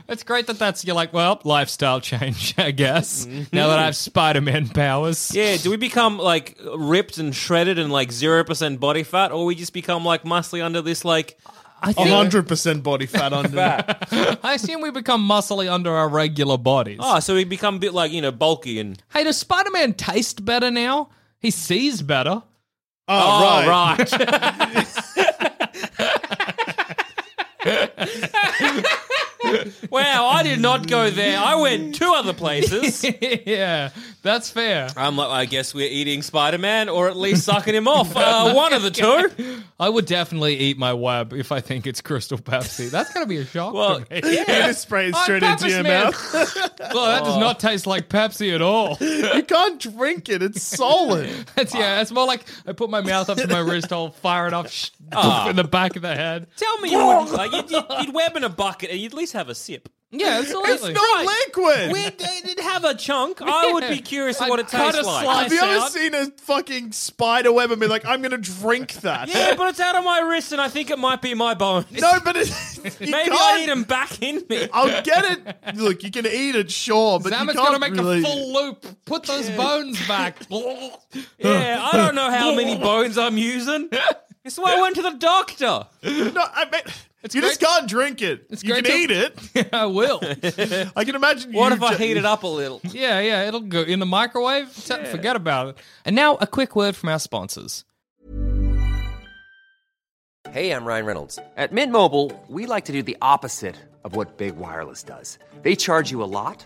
[SPEAKER 2] It's great that that's you're like, well, lifestyle change, I guess. Now that I have Spider-Man powers.
[SPEAKER 3] yeah, do we become like ripped and shredded and like 0% body fat, or we just become like muscly under this like.
[SPEAKER 2] I
[SPEAKER 1] a
[SPEAKER 2] think
[SPEAKER 1] hundred percent body fat under that?
[SPEAKER 2] I assume we become muscly under our regular bodies.
[SPEAKER 3] Oh, so we become a bit like, you know, bulky and.
[SPEAKER 2] Hey, does Spider-Man taste better now? He sees better.
[SPEAKER 1] Oh,
[SPEAKER 3] Oh,
[SPEAKER 1] right.
[SPEAKER 3] right. wow, I did not go there. I went two other places.
[SPEAKER 2] yeah, that's fair.
[SPEAKER 3] I'm like, I guess we're eating Spider Man or at least sucking him off. Uh, one of the two.
[SPEAKER 2] I would definitely eat my web if I think it's Crystal Pepsi. That's gonna be a shock
[SPEAKER 3] Well,
[SPEAKER 2] to me.
[SPEAKER 1] You just spray it
[SPEAKER 2] I'm
[SPEAKER 1] straight into
[SPEAKER 2] Peppers
[SPEAKER 1] your
[SPEAKER 2] Man.
[SPEAKER 1] mouth.
[SPEAKER 2] Well, that does not taste like Pepsi at all.
[SPEAKER 1] You can't drink it. It's solid.
[SPEAKER 2] That's, yeah, it's more like I put my mouth up to my wrist hole, fire it off sh-
[SPEAKER 1] Ah.
[SPEAKER 2] in the back of the head.
[SPEAKER 3] Tell me you wouldn't. Like, you'd, you'd, you'd web in a bucket and you'd at least have a sip.
[SPEAKER 2] Yeah, absolutely.
[SPEAKER 1] It's not liquid.
[SPEAKER 3] We did have a chunk. I would be curious
[SPEAKER 2] I'd
[SPEAKER 3] what it
[SPEAKER 2] cut
[SPEAKER 3] tastes
[SPEAKER 2] a
[SPEAKER 3] like.
[SPEAKER 2] slice.
[SPEAKER 1] Have you ever
[SPEAKER 2] out.
[SPEAKER 1] seen a fucking spider web and been like, I'm gonna drink that?
[SPEAKER 3] Yeah, but it's out of my wrist and I think it might be my bones.
[SPEAKER 1] No, but it, you
[SPEAKER 3] Maybe I
[SPEAKER 1] can't-
[SPEAKER 3] need them back in me.
[SPEAKER 2] Uh,
[SPEAKER 1] I'll get it. Look, you can eat it, sure, but
[SPEAKER 2] Zamet's
[SPEAKER 1] you can't
[SPEAKER 2] gonna make
[SPEAKER 1] really...
[SPEAKER 2] a full loop. Put those bones back.
[SPEAKER 3] Yeah, I don't know how many bones I'm using. That's why I went to the doctor.
[SPEAKER 1] No, I mean, you just
[SPEAKER 2] great-
[SPEAKER 1] can't drink it. you
[SPEAKER 2] great
[SPEAKER 1] can
[SPEAKER 2] to-
[SPEAKER 1] eat it.
[SPEAKER 2] I will.
[SPEAKER 1] I can imagine.
[SPEAKER 3] What
[SPEAKER 1] you
[SPEAKER 3] if I
[SPEAKER 1] ju-
[SPEAKER 3] heat it up a little?
[SPEAKER 2] Yeah, yeah, it'll go in the microwave. T- Forget about it. And now a quick word from our sponsors.
[SPEAKER 4] Hey, I'm Ryan Reynolds. At Mint Mobile, we like to do the opposite of what Big Wireless does. They charge you a lot,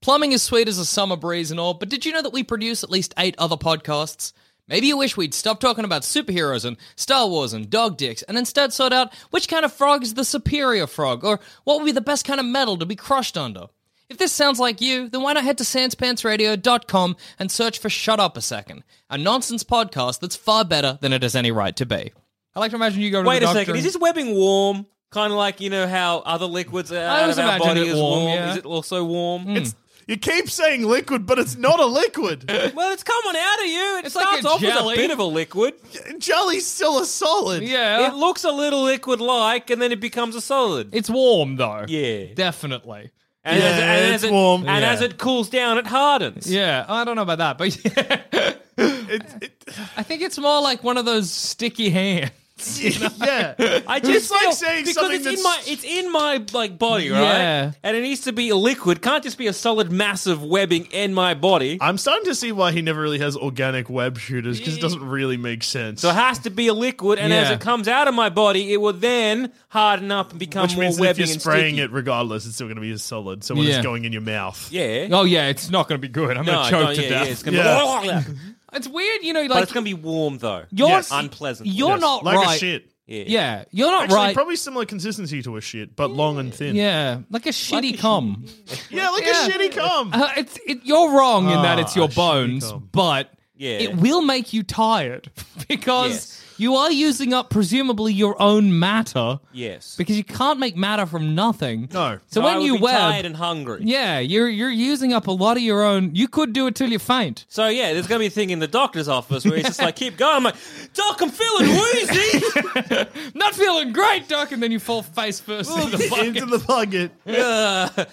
[SPEAKER 2] plumbing is sweet as a summer breeze and all, but did you know that we produce at least eight other podcasts? Maybe you wish we'd stop talking about superheroes and Star Wars and dog dicks and instead sort out which kind of frog is the superior frog or what would be the best kind of metal to be crushed under. If this sounds like you, then why not head to sanspantsradio.com and search for Shut Up a Second, a nonsense podcast that's far better than it has any right to be. I like to imagine you go to
[SPEAKER 3] Wait
[SPEAKER 2] the
[SPEAKER 3] a
[SPEAKER 2] doctor
[SPEAKER 3] second.
[SPEAKER 2] and-
[SPEAKER 3] Is this webbing warm? Kind of like you know how other liquids are out
[SPEAKER 2] always
[SPEAKER 3] of our
[SPEAKER 2] imagine
[SPEAKER 3] body
[SPEAKER 2] it
[SPEAKER 3] is
[SPEAKER 2] warm,
[SPEAKER 3] warm.
[SPEAKER 2] yeah. Hmm.
[SPEAKER 3] Is it also warm? It's
[SPEAKER 1] You keep saying liquid, but it's not a liquid.
[SPEAKER 3] Well, it's coming out of you. It
[SPEAKER 2] It's like
[SPEAKER 3] starts
[SPEAKER 2] a
[SPEAKER 3] off
[SPEAKER 2] jelly.
[SPEAKER 3] as a bit of a liquid.
[SPEAKER 1] Jelly's still a solid.
[SPEAKER 2] Yeah.
[SPEAKER 3] It looks a little liquid-like, and then it becomes a solid.
[SPEAKER 2] it's warm though.
[SPEAKER 3] Yeah.
[SPEAKER 2] Definitely.
[SPEAKER 3] And
[SPEAKER 1] Yeah,
[SPEAKER 3] as, and
[SPEAKER 1] it's
[SPEAKER 3] as it,
[SPEAKER 1] warm.
[SPEAKER 3] And
[SPEAKER 2] Yeah.
[SPEAKER 3] as it cools down, it hardens.
[SPEAKER 2] Yeah. Oh, I don't know about that, but
[SPEAKER 1] It, it,
[SPEAKER 2] I think it's more like one of those sticky hands.
[SPEAKER 1] yeah.
[SPEAKER 3] I just
[SPEAKER 1] It's like
[SPEAKER 3] feel-
[SPEAKER 1] saying
[SPEAKER 3] because
[SPEAKER 1] something
[SPEAKER 3] it's in my
[SPEAKER 1] that's-
[SPEAKER 3] it's in my like body, right?
[SPEAKER 2] Yeah.
[SPEAKER 3] And it needs to be a liquid. Can't just be a solid mass of webbing in my body.
[SPEAKER 1] I'm starting to see why he never really has organic web shooters because it doesn't really make sense.
[SPEAKER 3] So it has to be a liquid, and as
[SPEAKER 2] Yeah.
[SPEAKER 3] it comes out of my body, it will then harden up and become
[SPEAKER 1] Which
[SPEAKER 3] more
[SPEAKER 1] means that if
[SPEAKER 3] webbing
[SPEAKER 1] you're
[SPEAKER 3] and
[SPEAKER 1] spraying
[SPEAKER 3] sticky.
[SPEAKER 1] it regardless, it's still going to be a solid. So when
[SPEAKER 2] Yeah.
[SPEAKER 1] it's going in your mouth.
[SPEAKER 3] Yeah.
[SPEAKER 2] Oh yeah, it's not going to be good. I'm
[SPEAKER 3] No,
[SPEAKER 2] going to
[SPEAKER 3] no,
[SPEAKER 2] choke
[SPEAKER 3] yeah,
[SPEAKER 2] to
[SPEAKER 3] yeah,
[SPEAKER 2] death.
[SPEAKER 3] it's gonna be,
[SPEAKER 2] It's weird, you know, like
[SPEAKER 3] but it's gonna be warm though.
[SPEAKER 2] you're
[SPEAKER 1] Yes.
[SPEAKER 3] Unpleasant.
[SPEAKER 2] You're
[SPEAKER 1] Yes,
[SPEAKER 2] not
[SPEAKER 1] like
[SPEAKER 2] right.
[SPEAKER 1] a shit.
[SPEAKER 3] yeah.
[SPEAKER 2] Yeah, you're not
[SPEAKER 1] Actually,
[SPEAKER 2] right.
[SPEAKER 1] probably similar consistency to a shit, but long and thin.
[SPEAKER 2] yeah, like a shitty cum.
[SPEAKER 1] yeah like
[SPEAKER 2] Yeah.
[SPEAKER 1] a shitty cum.
[SPEAKER 2] Uh, it's it, you're wrong in that
[SPEAKER 1] Ah,
[SPEAKER 2] it's your
[SPEAKER 1] shitty
[SPEAKER 2] bones,
[SPEAKER 1] cum.
[SPEAKER 2] but
[SPEAKER 3] Yeah.
[SPEAKER 2] it will make you tired because
[SPEAKER 3] Yes.
[SPEAKER 2] you are using up presumably your own matter
[SPEAKER 3] Yes.
[SPEAKER 2] because you can't make matter from nothing.
[SPEAKER 1] No.
[SPEAKER 2] So,
[SPEAKER 3] So I
[SPEAKER 2] when
[SPEAKER 3] would
[SPEAKER 2] you
[SPEAKER 3] be
[SPEAKER 2] web,
[SPEAKER 3] tired and hungry.
[SPEAKER 2] yeah, you're you're using up a lot of your own. You could do it till you faint.
[SPEAKER 3] So yeah, there's gonna be a thing in the doctor's office where he's just like, keep going. I'm like, Doc, I'm feeling woozy.
[SPEAKER 2] Not feeling great, Doc, and then you fall face first into the bucket.
[SPEAKER 1] Into the bucket.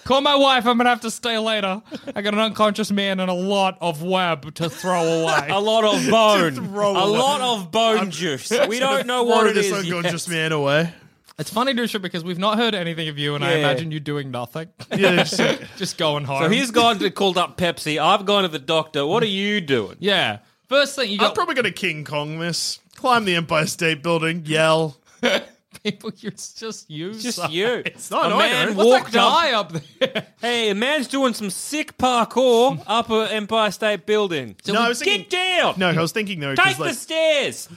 [SPEAKER 2] Call my wife. I'm gonna have to stay later. I got an unconscious man and a lot of web to throw away.
[SPEAKER 3] a lot of bone.
[SPEAKER 1] throw
[SPEAKER 3] a
[SPEAKER 1] away.
[SPEAKER 3] lot of bone juice. We don't know
[SPEAKER 1] Throw
[SPEAKER 3] what it
[SPEAKER 1] this
[SPEAKER 3] is. yet.
[SPEAKER 1] unconscious man away.
[SPEAKER 2] it's funny, Dusha, because we've not heard anything of you, and I
[SPEAKER 3] Yeah.
[SPEAKER 2] imagine you doing nothing,
[SPEAKER 1] Yeah, just like,
[SPEAKER 2] just going home.
[SPEAKER 3] So he's gone to called up Pepsi. I've gone to the doctor. What are you doing?
[SPEAKER 2] yeah. First thing you
[SPEAKER 1] I'm
[SPEAKER 2] got
[SPEAKER 1] probably going to King Kong this. Climb the Empire State Building. Yell.
[SPEAKER 2] people. You're just you.
[SPEAKER 3] Just you.
[SPEAKER 1] It's not
[SPEAKER 3] a
[SPEAKER 1] I
[SPEAKER 3] man
[SPEAKER 1] know.
[SPEAKER 2] What's
[SPEAKER 3] walked
[SPEAKER 2] that guy up, there?
[SPEAKER 3] Hey, a man's doing some sick parkour up a Empire State Building. So
[SPEAKER 1] No, I was thinking-
[SPEAKER 3] get down.
[SPEAKER 1] No, I was thinking though,
[SPEAKER 3] Take
[SPEAKER 1] because
[SPEAKER 3] the
[SPEAKER 1] like
[SPEAKER 3] stairs.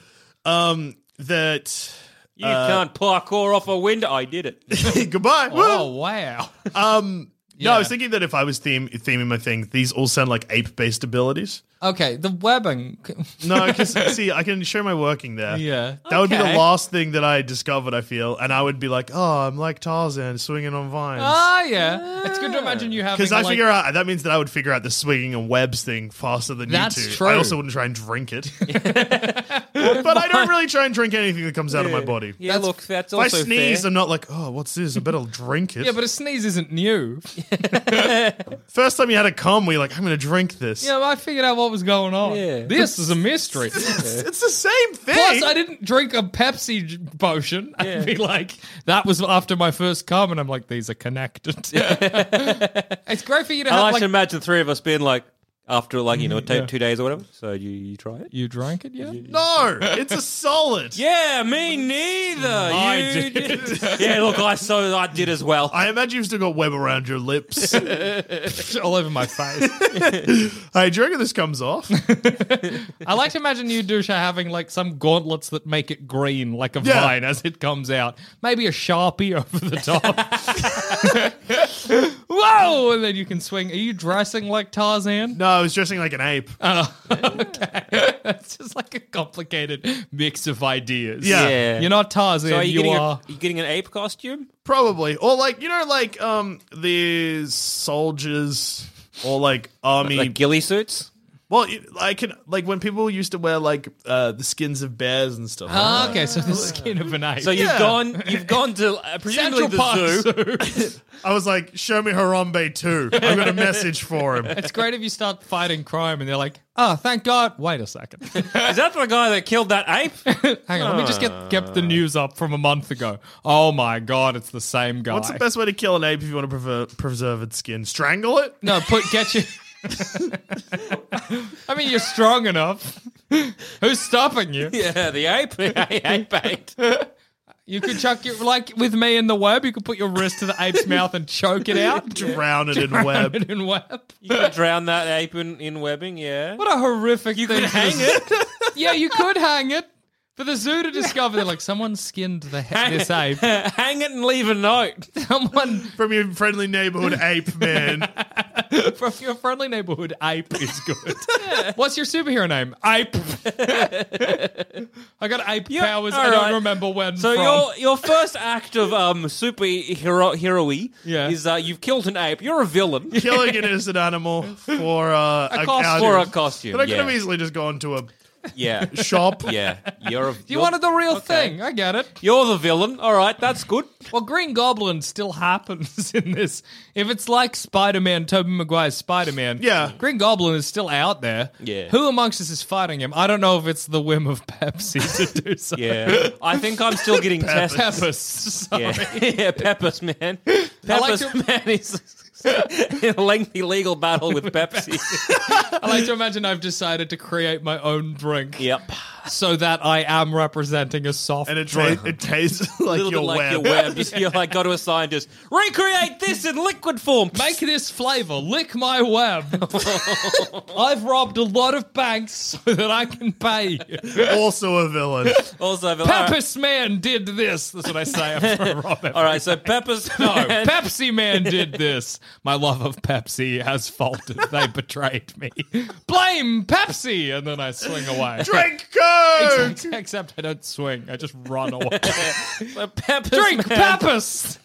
[SPEAKER 1] um that.
[SPEAKER 3] You
[SPEAKER 1] Uh,
[SPEAKER 3] can't parkour off a window. I did it.
[SPEAKER 1] goodbye.
[SPEAKER 2] oh
[SPEAKER 1] Woo.
[SPEAKER 2] wow.
[SPEAKER 1] No, I was thinking that if I was theme theming my thing, these all sound like ape based abilities.
[SPEAKER 2] Okay, the webbing.
[SPEAKER 1] No, because see, I can show my working there.
[SPEAKER 2] Yeah.
[SPEAKER 1] That would be the
[SPEAKER 3] Okay.
[SPEAKER 1] last thing that I discovered, I feel. And I would be like, oh, I'm like Tarzan swinging on vines.
[SPEAKER 2] Ah, yeah. It's good to imagine you having.
[SPEAKER 1] Because I
[SPEAKER 2] like,
[SPEAKER 1] figure out that means that I would figure out the swinging and webs thing faster than
[SPEAKER 2] That's
[SPEAKER 1] you two.
[SPEAKER 2] true.
[SPEAKER 1] I also wouldn't try and drink it. but I don't really try and drink anything that comes out of my body.
[SPEAKER 3] Yeah,
[SPEAKER 2] That's-
[SPEAKER 3] look, that's
[SPEAKER 1] If I
[SPEAKER 3] also
[SPEAKER 1] sneeze,
[SPEAKER 3] fair.
[SPEAKER 1] I'm not like, oh, what's this? I better drink it.
[SPEAKER 2] Yeah, but a sneeze isn't new.
[SPEAKER 1] First time you had a cum, we were like, I'm going to drink this.
[SPEAKER 2] Yeah, I figured out what was going on.
[SPEAKER 3] Yeah.
[SPEAKER 2] This is a mystery.
[SPEAKER 1] It's the same thing.
[SPEAKER 2] Plus, I didn't drink a Pepsi j- potion. I'd
[SPEAKER 3] Yeah.
[SPEAKER 2] be like, that was after my first cum, and I'm like, these are connected. it's great for you to
[SPEAKER 3] I
[SPEAKER 2] have
[SPEAKER 3] like Mm-hmm,
[SPEAKER 2] like.
[SPEAKER 3] to imagine three of us being like, after like, you know, it take two days or whatever. So you, you try it?
[SPEAKER 2] you drank it yet?
[SPEAKER 1] no, it's a solid.
[SPEAKER 3] Yeah, me neither.
[SPEAKER 2] I
[SPEAKER 3] you
[SPEAKER 2] did.
[SPEAKER 3] yeah, look, I so I did as well.
[SPEAKER 1] I imagine you've still got web around your lips.
[SPEAKER 2] All over my face.
[SPEAKER 1] hey, do you reckon this comes off?
[SPEAKER 2] I like to imagine you, Dusha, having like some gauntlets that make it green like a
[SPEAKER 1] Yeah.
[SPEAKER 2] vine as it comes out. Maybe a sharpie over the top. Whoa! And then you can swing. Are you dressing like Tarzan?
[SPEAKER 1] No, I was dressing like an ape.
[SPEAKER 2] Uh. It's just like a complicated mix of ideas.
[SPEAKER 1] Yeah.
[SPEAKER 3] Yeah.
[SPEAKER 2] You're not Tarzan,
[SPEAKER 3] so are you,
[SPEAKER 2] you,
[SPEAKER 3] getting
[SPEAKER 2] are.
[SPEAKER 3] A, you getting an ape costume?
[SPEAKER 1] Probably. Or like you know, like um the soldiers or like army
[SPEAKER 3] Like ghillie suits?
[SPEAKER 1] Well, you- I can like when people used to wear like uh the skins of bears and stuff. like
[SPEAKER 2] Ah, okay, so the skin of an ape.
[SPEAKER 3] So you've
[SPEAKER 1] Yeah.
[SPEAKER 3] gone, you've gone to uh,
[SPEAKER 2] Central
[SPEAKER 3] presumably the
[SPEAKER 2] Park
[SPEAKER 3] zoo.
[SPEAKER 1] that. I was like, show me Harambe 2. I've got a message for him.
[SPEAKER 2] It's great if you start fighting crime and they're like, oh, thank God. Wait a second.
[SPEAKER 3] Is that the guy that killed that ape?
[SPEAKER 2] Hang on, let me just get, get the news up from a month ago. Oh my God, it's the same guy.
[SPEAKER 1] What's the best way to kill an ape if you want to prefer- preserve its skin? Strangle it?
[SPEAKER 2] No, put, get you. I mean, you're strong enough. Who's stopping you?
[SPEAKER 3] yeah, the ape. The ape ate.
[SPEAKER 2] You could chuck your, like with me in the web, you could put your wrist to the ape's mouth and choke it out.
[SPEAKER 1] Drown it in web.
[SPEAKER 2] Drown it in web.
[SPEAKER 3] You could drown that ape in, in webbing. Yeah.
[SPEAKER 2] What a horrific you thing.
[SPEAKER 3] could
[SPEAKER 2] to
[SPEAKER 3] hang
[SPEAKER 2] dis- yeah, you could hang it. For the zoo to discover, they're like, someone skinned the he- this ape.
[SPEAKER 3] Hang it and leave a note.
[SPEAKER 2] Someone,
[SPEAKER 1] From your friendly neighborhood ape man.
[SPEAKER 2] From your friendly neighborhood, ape is good. What's your superhero name? Ape. I got ape
[SPEAKER 3] Yeah,
[SPEAKER 2] powers.
[SPEAKER 3] all
[SPEAKER 2] I don't
[SPEAKER 3] right.
[SPEAKER 2] remember when.
[SPEAKER 3] So
[SPEAKER 2] from.
[SPEAKER 3] your your first act of um superhero heroey
[SPEAKER 2] Yeah.
[SPEAKER 3] is uh, you've killed an ape. You're a villain.
[SPEAKER 1] Killing an innocent animal for uh, a,
[SPEAKER 2] costume.
[SPEAKER 3] For a costume,
[SPEAKER 1] But I could
[SPEAKER 3] yeah.
[SPEAKER 1] have easily just gone to a
[SPEAKER 3] Yeah,
[SPEAKER 1] shop.
[SPEAKER 3] yeah. You're a,
[SPEAKER 2] you
[SPEAKER 3] you're-
[SPEAKER 2] wanted the real
[SPEAKER 3] okay.
[SPEAKER 2] thing. I get it.
[SPEAKER 3] You're the villain. All right, that's good.
[SPEAKER 2] Well, Green Goblin still happens in this. If it's like Spider Man, Tobey Maguire's Spider Man,
[SPEAKER 1] Yeah.
[SPEAKER 2] Green Goblin is still out there.
[SPEAKER 3] Yeah.
[SPEAKER 2] Who amongst us is fighting him? I don't know if it's the whim of Pepsi to do so.
[SPEAKER 3] Yeah, I think I'm still getting tested.
[SPEAKER 2] Peppers. Sorry.
[SPEAKER 3] Yeah, yeah, Peppers man.
[SPEAKER 2] like
[SPEAKER 3] Peppers
[SPEAKER 2] to-
[SPEAKER 3] man is in a lengthy legal battle with Pepsi.
[SPEAKER 2] I like to imagine I've decided to create my own drink
[SPEAKER 3] yep,
[SPEAKER 2] so that I am representing a soft
[SPEAKER 1] And it,
[SPEAKER 2] drink.
[SPEAKER 1] ta- it tastes like
[SPEAKER 3] a little
[SPEAKER 1] your
[SPEAKER 3] bit like
[SPEAKER 1] web.
[SPEAKER 3] your web. Just- You're like go to a scientist. Recreate this in liquid form.
[SPEAKER 2] Make this flavor, lick my web. I've robbed a lot of banks so that I can pay.
[SPEAKER 1] Also a villain.
[SPEAKER 3] Also, all right.
[SPEAKER 2] Peppers Man did this. That's what I say after I rob everything.
[SPEAKER 3] All right, so Peppers.
[SPEAKER 2] No,
[SPEAKER 3] man-
[SPEAKER 2] Pepsi Man did this. My love of Pepsi has faltered. They betrayed me. Blame Pepsi! And then I swing away.
[SPEAKER 1] Drink Coke!
[SPEAKER 2] Except, except I don't swing. I just run away.
[SPEAKER 3] so Peppers
[SPEAKER 2] Drink
[SPEAKER 3] man,
[SPEAKER 2] Peppers!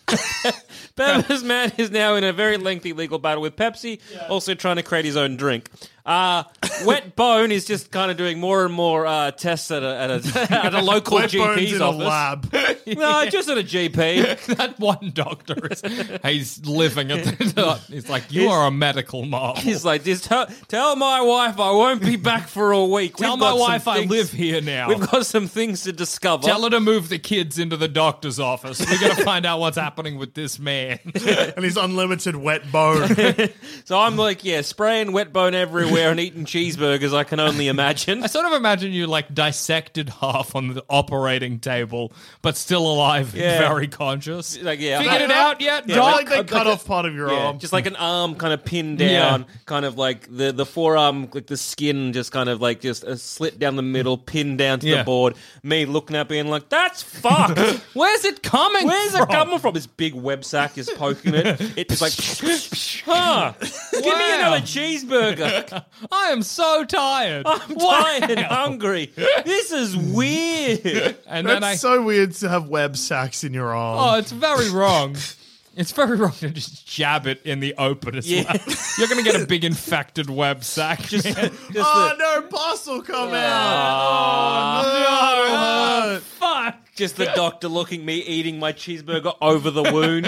[SPEAKER 3] Peppers man is now in a very lengthy legal battle with Pepsi, also trying to create his own drink. Uh, Wet Bone is just kind of doing more and more uh, tests at a, at a, at a local
[SPEAKER 1] Wet bones
[SPEAKER 3] GP's
[SPEAKER 1] in
[SPEAKER 3] office.
[SPEAKER 1] a lab.
[SPEAKER 3] No, just at a GP.
[SPEAKER 2] that one doctor is he's living at the he's like you
[SPEAKER 3] He's-
[SPEAKER 2] are a medical marvel
[SPEAKER 3] He's like, just tell, tell my wife I won't be back for a week.
[SPEAKER 2] tell
[SPEAKER 3] We've
[SPEAKER 2] my
[SPEAKER 3] got some
[SPEAKER 2] wife i
[SPEAKER 3] things-
[SPEAKER 2] live here now
[SPEAKER 3] We've got some things to discover.
[SPEAKER 2] tell her to move the kids into the doctor's office we're gonna find out what's happening with this man
[SPEAKER 1] and he's unlimited wet bone.
[SPEAKER 3] So I'm like, yeah, spraying wet bone everywhere and eating cheeseburgers. I can only imagine.
[SPEAKER 2] i sort of imagine you like dissected half on the operating table but still alive
[SPEAKER 3] Yeah.
[SPEAKER 2] and very conscious
[SPEAKER 3] Like, yeah,
[SPEAKER 2] figured
[SPEAKER 3] like-
[SPEAKER 2] it out yet
[SPEAKER 3] Yeah,
[SPEAKER 1] Not
[SPEAKER 2] doc
[SPEAKER 1] like they cut off part of your
[SPEAKER 3] Yeah,
[SPEAKER 1] arm.
[SPEAKER 3] just like an arm kind of pinned
[SPEAKER 2] Um, Yeah.
[SPEAKER 3] down, kind of like the, the forearm, like the skin, just kind of like just a slit down the middle, pinned down to
[SPEAKER 2] Yeah.
[SPEAKER 3] the board. Me looking at being like, that's fucked.
[SPEAKER 2] where's it coming
[SPEAKER 3] Where's
[SPEAKER 2] from?
[SPEAKER 3] it coming from? This big web sack is poking it. It's like, huh? Give me
[SPEAKER 2] Wow.
[SPEAKER 3] another cheeseburger.
[SPEAKER 2] i am so tired
[SPEAKER 3] I'm tired and hungry. This is weird.
[SPEAKER 1] That's
[SPEAKER 2] and then i
[SPEAKER 1] so weird to have web sacks in your arm.
[SPEAKER 2] Oh, it's very wrong. It's very wrong to just jab it in the open as
[SPEAKER 3] Yeah.
[SPEAKER 2] well. You're going to get a big infected web sack.
[SPEAKER 3] Just, just
[SPEAKER 1] Oh,
[SPEAKER 3] the, uh,
[SPEAKER 1] no, pus will come
[SPEAKER 2] Oh,
[SPEAKER 3] oh, Ah.
[SPEAKER 1] out. Oh, no.
[SPEAKER 2] fuck.
[SPEAKER 3] just the doctor looking me eating my cheeseburger over the wound.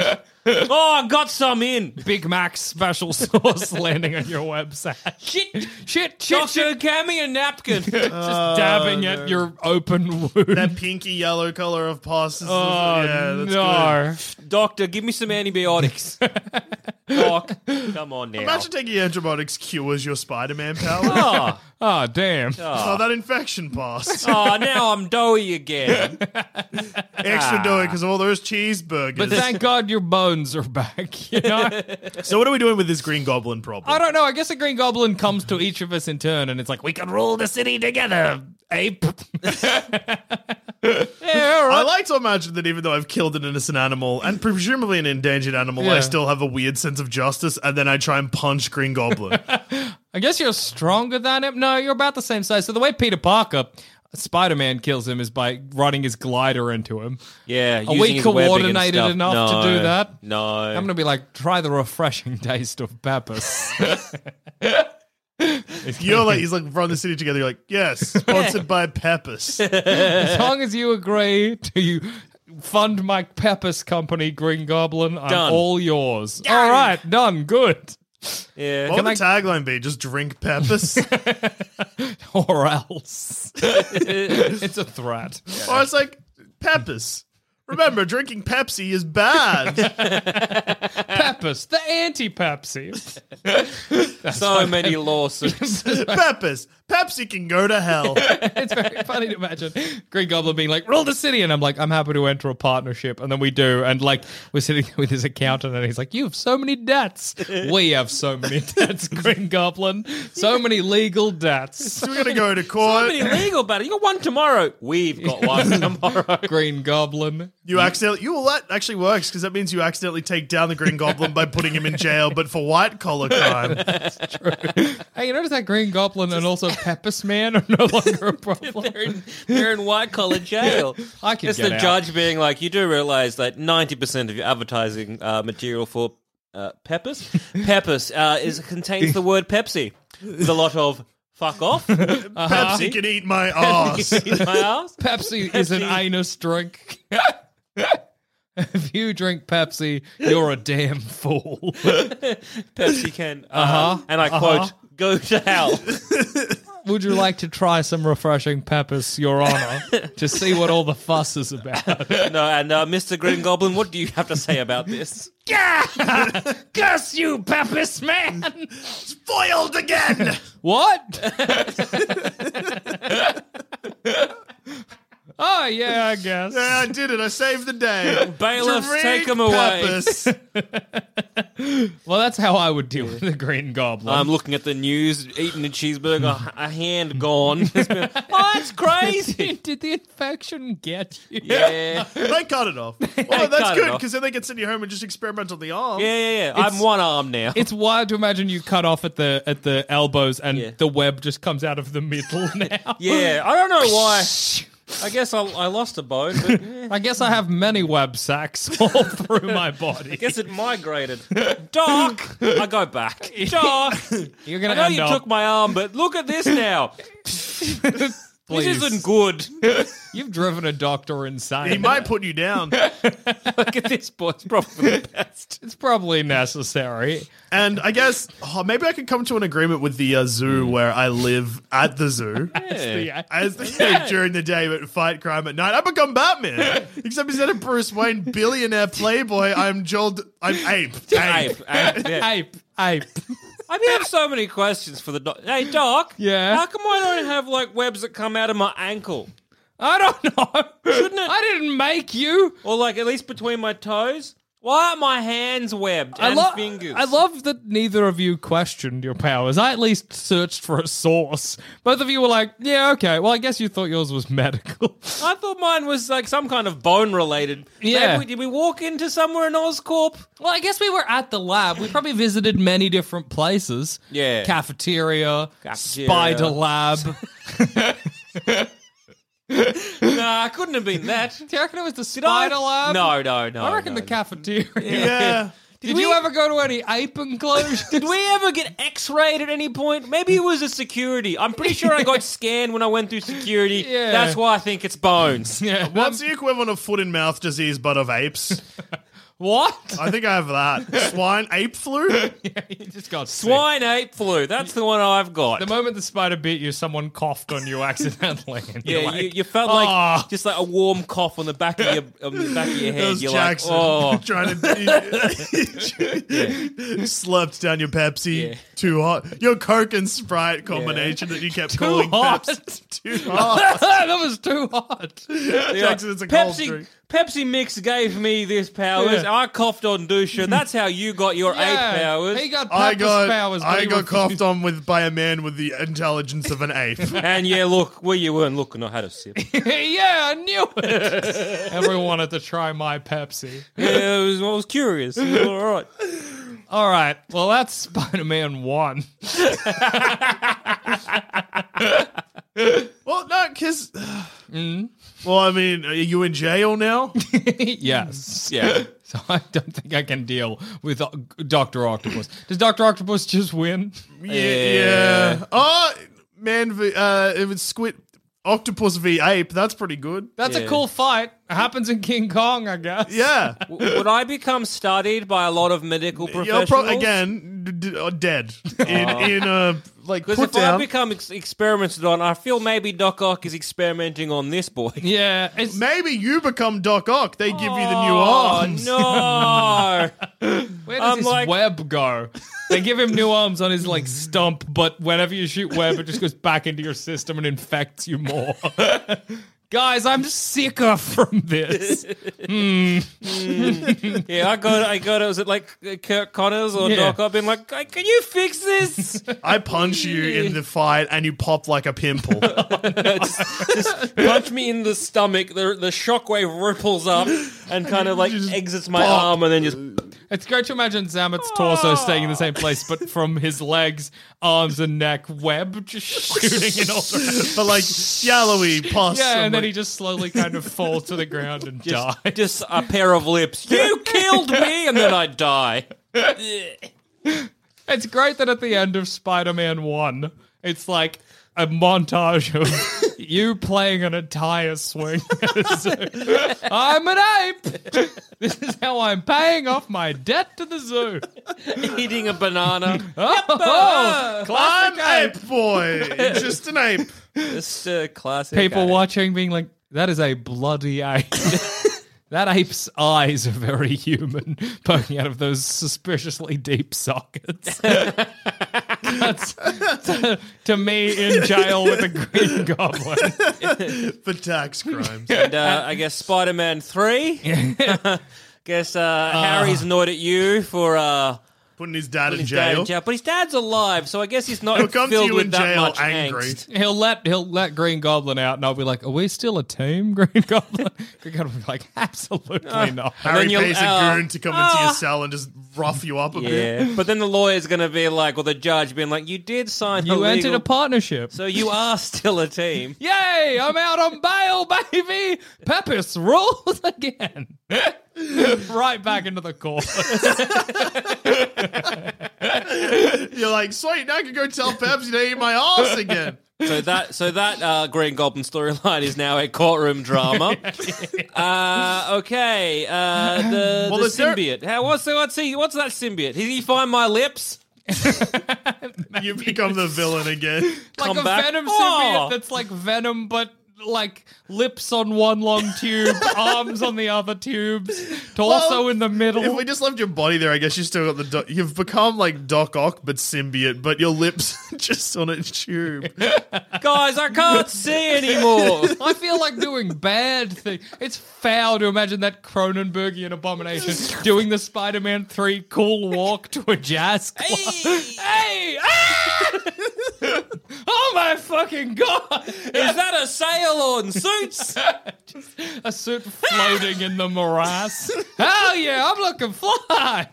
[SPEAKER 3] Oh, I got some in.
[SPEAKER 2] Big Mac special sauce landing on your web sack.
[SPEAKER 3] Shit.
[SPEAKER 2] Shit, shit, shit.
[SPEAKER 3] Doctor, get me a napkin.
[SPEAKER 2] Just dabbing
[SPEAKER 1] Oh, no.
[SPEAKER 2] at your open wound.
[SPEAKER 1] That pinky yellow color of pus. Is,
[SPEAKER 2] Oh,
[SPEAKER 1] yeah, that's good.
[SPEAKER 2] no.
[SPEAKER 3] Doctor, give me some antibiotics. Doc, come on now.
[SPEAKER 1] Imagine taking antibiotics cures your Spider-Man power.
[SPEAKER 3] oh,
[SPEAKER 2] Oh, damn.
[SPEAKER 1] oh, that infection passed.
[SPEAKER 3] oh, now I'm doughy again.
[SPEAKER 1] Extra dough because of all those cheeseburgers.
[SPEAKER 2] But thank God your bones are back, you know?
[SPEAKER 1] so what are we doing with this Green Goblin problem?
[SPEAKER 2] I don't know. I guess the Green Goblin comes to each of us in turn, and it's like we can rule the city together, ape. yeah, all
[SPEAKER 1] I
[SPEAKER 2] right.
[SPEAKER 1] like to imagine that even though I've killed an innocent animal and presumably an endangered animal,
[SPEAKER 2] Yeah.
[SPEAKER 1] I still have a weird sense of justice, and then I try and punch Green Goblin.
[SPEAKER 2] I guess you're stronger than him. No, you're about the same size. So the way Peter Parker, Spider Man, kills him is by running his glider into him.
[SPEAKER 3] Yeah,
[SPEAKER 2] Are we coordinated enough to do that?
[SPEAKER 3] No,
[SPEAKER 2] I'm gonna be like, try the refreshing taste of Peppers.
[SPEAKER 1] You're like, he's like, run the city together. You're like, yes, sponsored by Peppers.
[SPEAKER 2] as long as you agree to you fund my Peppers company, Green Goblin, I'm
[SPEAKER 3] Done.
[SPEAKER 2] all yours. All right, done. Good.
[SPEAKER 3] yeah.
[SPEAKER 1] What would
[SPEAKER 2] I-
[SPEAKER 1] the tagline be? Just drink Peppers?
[SPEAKER 2] Or else. it's a threat.
[SPEAKER 1] Or it's like, Peppers. Remember, drinking Pepsi is bad.
[SPEAKER 2] Peppers, the anti Pepsi.
[SPEAKER 3] so many lawsuits.
[SPEAKER 1] Peppers. Pepsi can go to hell.
[SPEAKER 2] It's very funny to imagine Green Goblin being like, "Rule the city," and I'm like, "I'm happy to enter a partnership," and then we do, and like we're sitting there with his accountant, and he's like, "You have so many debts. we have so many debts, Green Goblin. So many legal debts."
[SPEAKER 1] so we're gonna go to court.
[SPEAKER 3] Pretty legal battle. You got one tomorrow. We've got one tomorrow.
[SPEAKER 2] Green Goblin.
[SPEAKER 1] You accidentally, you well, that actually works because that means you accidentally take down the Green Goblin by putting him in jail, but for white collar crime.
[SPEAKER 2] Hey, you notice that Green Goblin and also Peppers Man are no longer a problem.
[SPEAKER 3] They're in, they're in white collar jail.
[SPEAKER 2] I could
[SPEAKER 3] it's
[SPEAKER 2] get
[SPEAKER 3] the
[SPEAKER 2] out.
[SPEAKER 3] judge being like, you do realize that ninety percent of your advertising uh, material for uh, Peppers, Peppers uh, is contains the word Pepsi. There's a lot of fuck off. Uh-huh.
[SPEAKER 1] Pepsi can eat my
[SPEAKER 2] Oh.
[SPEAKER 1] ass.
[SPEAKER 3] In my ass.
[SPEAKER 2] Pepsi is an
[SPEAKER 3] Pepsi.
[SPEAKER 2] anus drink. if you drink Pepsi, you're a damn fool.
[SPEAKER 3] Pepsi can. Uh
[SPEAKER 2] Uh-huh.
[SPEAKER 3] huh. And I quote, "Go to hell."
[SPEAKER 2] Would you like to try some refreshing peppers, Your Honor, to see what all the fuss is about?
[SPEAKER 3] no, and uh, Mr. Green Goblin, what do you have to say about this?
[SPEAKER 2] Curse you, Peppers man!
[SPEAKER 1] Foiled again.
[SPEAKER 2] What? oh yeah, I guess.
[SPEAKER 1] Yeah, I did it. I saved the day.
[SPEAKER 3] Bailiffs,
[SPEAKER 1] Drink
[SPEAKER 3] take him away.
[SPEAKER 1] Peppers.
[SPEAKER 2] Well, that's how I would deal with the Green Goblin.
[SPEAKER 3] I'm looking at the news, eating a cheeseburger, a hand gone. It's been- oh, that's crazy.
[SPEAKER 2] Did the infection get you?
[SPEAKER 3] Yeah.
[SPEAKER 1] They cut it off. Well, that's
[SPEAKER 3] cut it
[SPEAKER 1] good
[SPEAKER 3] off.
[SPEAKER 1] because then they can send you home and just experiment on the arm.
[SPEAKER 3] Yeah, yeah, yeah. I'm one arm now.
[SPEAKER 2] It's wild to imagine you cut off at the at the elbows and
[SPEAKER 3] Yeah.
[SPEAKER 2] the web just comes out of the middle now.
[SPEAKER 3] Yeah, I don't know why. I guess I, I lost a bone, but eh,
[SPEAKER 2] I guess I have many web sacks all through my body.
[SPEAKER 3] I guess it migrated. Doc, I go back. Doc,
[SPEAKER 2] You're
[SPEAKER 3] I
[SPEAKER 2] gonna
[SPEAKER 3] know
[SPEAKER 2] end
[SPEAKER 3] you
[SPEAKER 2] up.
[SPEAKER 3] took my arm, but look at this now.
[SPEAKER 2] please.
[SPEAKER 3] This isn't good.
[SPEAKER 2] You've driven a doctor insane.
[SPEAKER 1] He might put you down.
[SPEAKER 3] Look at this boy. It's probably the best.
[SPEAKER 2] It's probably necessary.
[SPEAKER 1] And I guess oh, maybe I could come to an agreement with the uh, zoo
[SPEAKER 3] Mm.
[SPEAKER 1] where I live at the zoo.
[SPEAKER 2] Yeah.
[SPEAKER 1] As the during the day, but fight crime at night. I become Batman. Except instead of Bruce Wayne, billionaire playboy, I'm Joel. D- I'm ape.
[SPEAKER 3] Ape, ape, yeah.
[SPEAKER 2] Ape, ape.
[SPEAKER 3] I mean, I have so many questions for the doc. Hey, doc.
[SPEAKER 2] Yeah?
[SPEAKER 3] How come I don't have like webs that come out of my ankle,
[SPEAKER 2] I don't know.
[SPEAKER 3] Shouldn't it-
[SPEAKER 2] I didn't make you.
[SPEAKER 3] or like at least between my toes? Why aren't my hands webbed
[SPEAKER 2] I
[SPEAKER 3] and
[SPEAKER 2] love.
[SPEAKER 3] fingers?
[SPEAKER 2] I love that neither of you questioned your powers. I at least searched for a source. Both of you were like, "Yeah, okay. Well, I guess you thought yours was medical."
[SPEAKER 3] I thought mine was like some kind of bone related.
[SPEAKER 2] Yeah.
[SPEAKER 3] Maybe we- did we walk into somewhere in Oscorp?
[SPEAKER 2] Well, I guess we were at the lab. We probably visited many different places.
[SPEAKER 3] Yeah.
[SPEAKER 2] Cafeteria,
[SPEAKER 3] Cafeteria.
[SPEAKER 2] spider lab. Do
[SPEAKER 3] nah, I couldn't have been that.
[SPEAKER 2] you reckon it was the spider
[SPEAKER 3] I?
[SPEAKER 2] lab?
[SPEAKER 3] No, no, no.
[SPEAKER 2] I reckon
[SPEAKER 3] no,
[SPEAKER 2] the cafeteria.
[SPEAKER 3] Um,
[SPEAKER 1] Yeah.
[SPEAKER 2] Did,
[SPEAKER 3] we-
[SPEAKER 2] you ever go to any ape enclosures?
[SPEAKER 3] Did we ever get X-rayed at any point? Maybe it was a security. I'm pretty sure I got scanned when I went through security.
[SPEAKER 2] Yeah.
[SPEAKER 3] That's why I think it's bones.
[SPEAKER 2] yeah.
[SPEAKER 1] What's the equivalent of foot and mouth disease, but of apes?
[SPEAKER 2] What?
[SPEAKER 1] I think I have that. Swine ape flu?
[SPEAKER 2] you just got sick.
[SPEAKER 3] Swine ape flu. That's the one I've got.
[SPEAKER 2] The moment the spider bit you, someone coughed on you accidentally. and you're
[SPEAKER 3] yeah,
[SPEAKER 2] like,
[SPEAKER 3] you, you felt like
[SPEAKER 2] "Ah."
[SPEAKER 3] just like a warm cough on the back of your on the back of your
[SPEAKER 1] That
[SPEAKER 3] head.
[SPEAKER 1] was
[SPEAKER 3] You're
[SPEAKER 1] Jackson
[SPEAKER 3] like, oh,
[SPEAKER 1] trying to slept down your Pepsi
[SPEAKER 3] Yeah.
[SPEAKER 1] too hot. Your Coke and Sprite combination that you kept calling
[SPEAKER 2] hot.
[SPEAKER 1] Pepsi too hot.
[SPEAKER 2] that was too hot.
[SPEAKER 1] Jackson, it's a cold
[SPEAKER 3] Pepsi,
[SPEAKER 1] drink.
[SPEAKER 3] Pepsi Mix gave me this powers.
[SPEAKER 2] Yeah.
[SPEAKER 3] I coughed on Dusha. That's how you got your ape powers.
[SPEAKER 2] He got
[SPEAKER 1] I
[SPEAKER 2] purpose
[SPEAKER 1] got
[SPEAKER 2] powers. but
[SPEAKER 1] I
[SPEAKER 2] he
[SPEAKER 1] got
[SPEAKER 2] refused-
[SPEAKER 1] coughed on with by a man with the intelligence of an ape.
[SPEAKER 3] and yeah, look, well, you weren't looking. I had a sip.
[SPEAKER 2] yeah, I knew it. Everyone wanted to try my Pepsi.
[SPEAKER 3] yeah, it was, I was curious. It was all right.
[SPEAKER 2] All right. Well, that's Spider Man 1.
[SPEAKER 1] well, no, because.
[SPEAKER 3] Mm-hmm.
[SPEAKER 1] Well, I mean, are you in jail now?
[SPEAKER 2] yes.
[SPEAKER 3] Yeah.
[SPEAKER 2] So I don't think I can deal with uh, Dr. Octopus. Does Dr. Octopus just win?
[SPEAKER 1] yeah, yeah. Oh, man, v, uh, it was squid, octopus v ape. That's pretty good.
[SPEAKER 2] That's
[SPEAKER 3] Yeah.
[SPEAKER 2] a cool fight. It happens in King Kong, I guess.
[SPEAKER 1] Yeah.
[SPEAKER 3] W- Would I become studied by a lot of medical
[SPEAKER 1] You're
[SPEAKER 3] professionals?
[SPEAKER 1] pro- again d- d- uh, dead in in a like
[SPEAKER 3] Because
[SPEAKER 1] put
[SPEAKER 3] if I
[SPEAKER 1] down.
[SPEAKER 3] become ex- experimented on, I feel maybe Doc Ock is experimenting on this boy.
[SPEAKER 2] Yeah, it's,
[SPEAKER 1] Maybe you become Doc Ock. They give you the new
[SPEAKER 3] Oh
[SPEAKER 1] arms.
[SPEAKER 2] where
[SPEAKER 3] no!
[SPEAKER 2] does
[SPEAKER 3] I'm
[SPEAKER 2] his
[SPEAKER 3] like-
[SPEAKER 2] web go? They give him new arms on his like stump, but whenever you shoot web, it just goes back into your system and infects you more. Guys, I'm sicker from this.
[SPEAKER 3] yeah, I got it. I got it. Was it like Kirk Connors or
[SPEAKER 2] Yeah.
[SPEAKER 3] Doc Ock? Been like, "Hey, can you fix this?
[SPEAKER 1] I punch you in the fight and you pop like a pimple.
[SPEAKER 3] Punch me in the stomach. The the shockwave ripples up and kind of like
[SPEAKER 1] Just
[SPEAKER 3] exits my
[SPEAKER 1] pop.
[SPEAKER 3] arm and then just
[SPEAKER 2] It's great to imagine Zamet's torso staying in the same place, but from his legs, arms, and neck, web just shooting in all directions.
[SPEAKER 1] but like shallowy pus.
[SPEAKER 2] Yeah,
[SPEAKER 1] I'm
[SPEAKER 2] and then he
[SPEAKER 1] like,
[SPEAKER 2] just slowly kind of falls to the ground and dies.
[SPEAKER 3] just, just a pair of lips. You killed me, and then I die.
[SPEAKER 2] It's great that at the end of Spider Man 1, it's like a montage of you playing an entire swing. I'm an ape! This is how I'm paying off my debt to the zoo.
[SPEAKER 3] Eating a banana.
[SPEAKER 2] Oh,
[SPEAKER 1] I'm
[SPEAKER 2] classic ape.
[SPEAKER 1] ape boy. just an ape.
[SPEAKER 3] Just a classic.
[SPEAKER 2] People
[SPEAKER 3] ape.
[SPEAKER 2] watching being like, that is a bloody ape. that ape's eyes are very human, poking out of those suspiciously deep sockets. That's, to, to me, in jail with a green goblin.
[SPEAKER 1] For tax crimes.
[SPEAKER 3] And uh, I guess Spider Man 3. guess uh, Harry's annoyed at you for uh,
[SPEAKER 1] Putting his dad in
[SPEAKER 3] his dad
[SPEAKER 1] jail.
[SPEAKER 3] in jail. But his dad's alive, so I guess he's not
[SPEAKER 1] He'll come to
[SPEAKER 3] filled
[SPEAKER 1] you
[SPEAKER 3] with
[SPEAKER 1] in
[SPEAKER 3] that
[SPEAKER 1] jail
[SPEAKER 3] much
[SPEAKER 1] angry.
[SPEAKER 3] angst.
[SPEAKER 2] He'll let he'll let Green Goblin out, and I'll be like, "Are we still a team, Green Goblin?" Green Goblin will be like,
[SPEAKER 3] Uh,
[SPEAKER 2] "Absolutely not."
[SPEAKER 1] Harry
[SPEAKER 3] then you'll-
[SPEAKER 1] pays a
[SPEAKER 3] uh,
[SPEAKER 1] goon to come into your cell and just rough you up a bit.
[SPEAKER 3] Yeah. but then the lawyer's going to be like, or the judge being like, you did sign
[SPEAKER 2] You
[SPEAKER 3] illegal-
[SPEAKER 2] entered a partnership.
[SPEAKER 3] So you are still a team.
[SPEAKER 2] Yay! I'm out on bail, baby. Pepis rules again. right back into the court.
[SPEAKER 1] You're like, sweet, now I can go tell Pepsi to eat my ass again.
[SPEAKER 3] So that so that uh, Green Goblin storyline is now a courtroom drama. uh, okay, uh, the,
[SPEAKER 1] Well,
[SPEAKER 3] the
[SPEAKER 1] is there-
[SPEAKER 3] symbiote. How, what's what's he? What's that symbiote? Did he find my lips?
[SPEAKER 1] You become the villain again.
[SPEAKER 2] like
[SPEAKER 3] Come
[SPEAKER 2] a
[SPEAKER 3] back.
[SPEAKER 2] Venom symbiote
[SPEAKER 3] Oh.
[SPEAKER 2] that's like Venom, but like lips on one long tube, arms on the other tubes, torso
[SPEAKER 1] Well,
[SPEAKER 2] in the middle.
[SPEAKER 1] If we just left your body there, I guess you still got the. Do- you've become like Doc Ock, but symbiote, but your lips just on a tube.
[SPEAKER 3] Guys, I can't see anymore.
[SPEAKER 2] I feel like doing bad things. It's foul to imagine that Cronenbergian abomination doing the Spider-Man 3 cool walk to a jazz club. Hey! Ah! oh my fucking god!
[SPEAKER 3] Is that a sail on suits?
[SPEAKER 2] A suit floating in the morass. Hell yeah, I'm looking fly!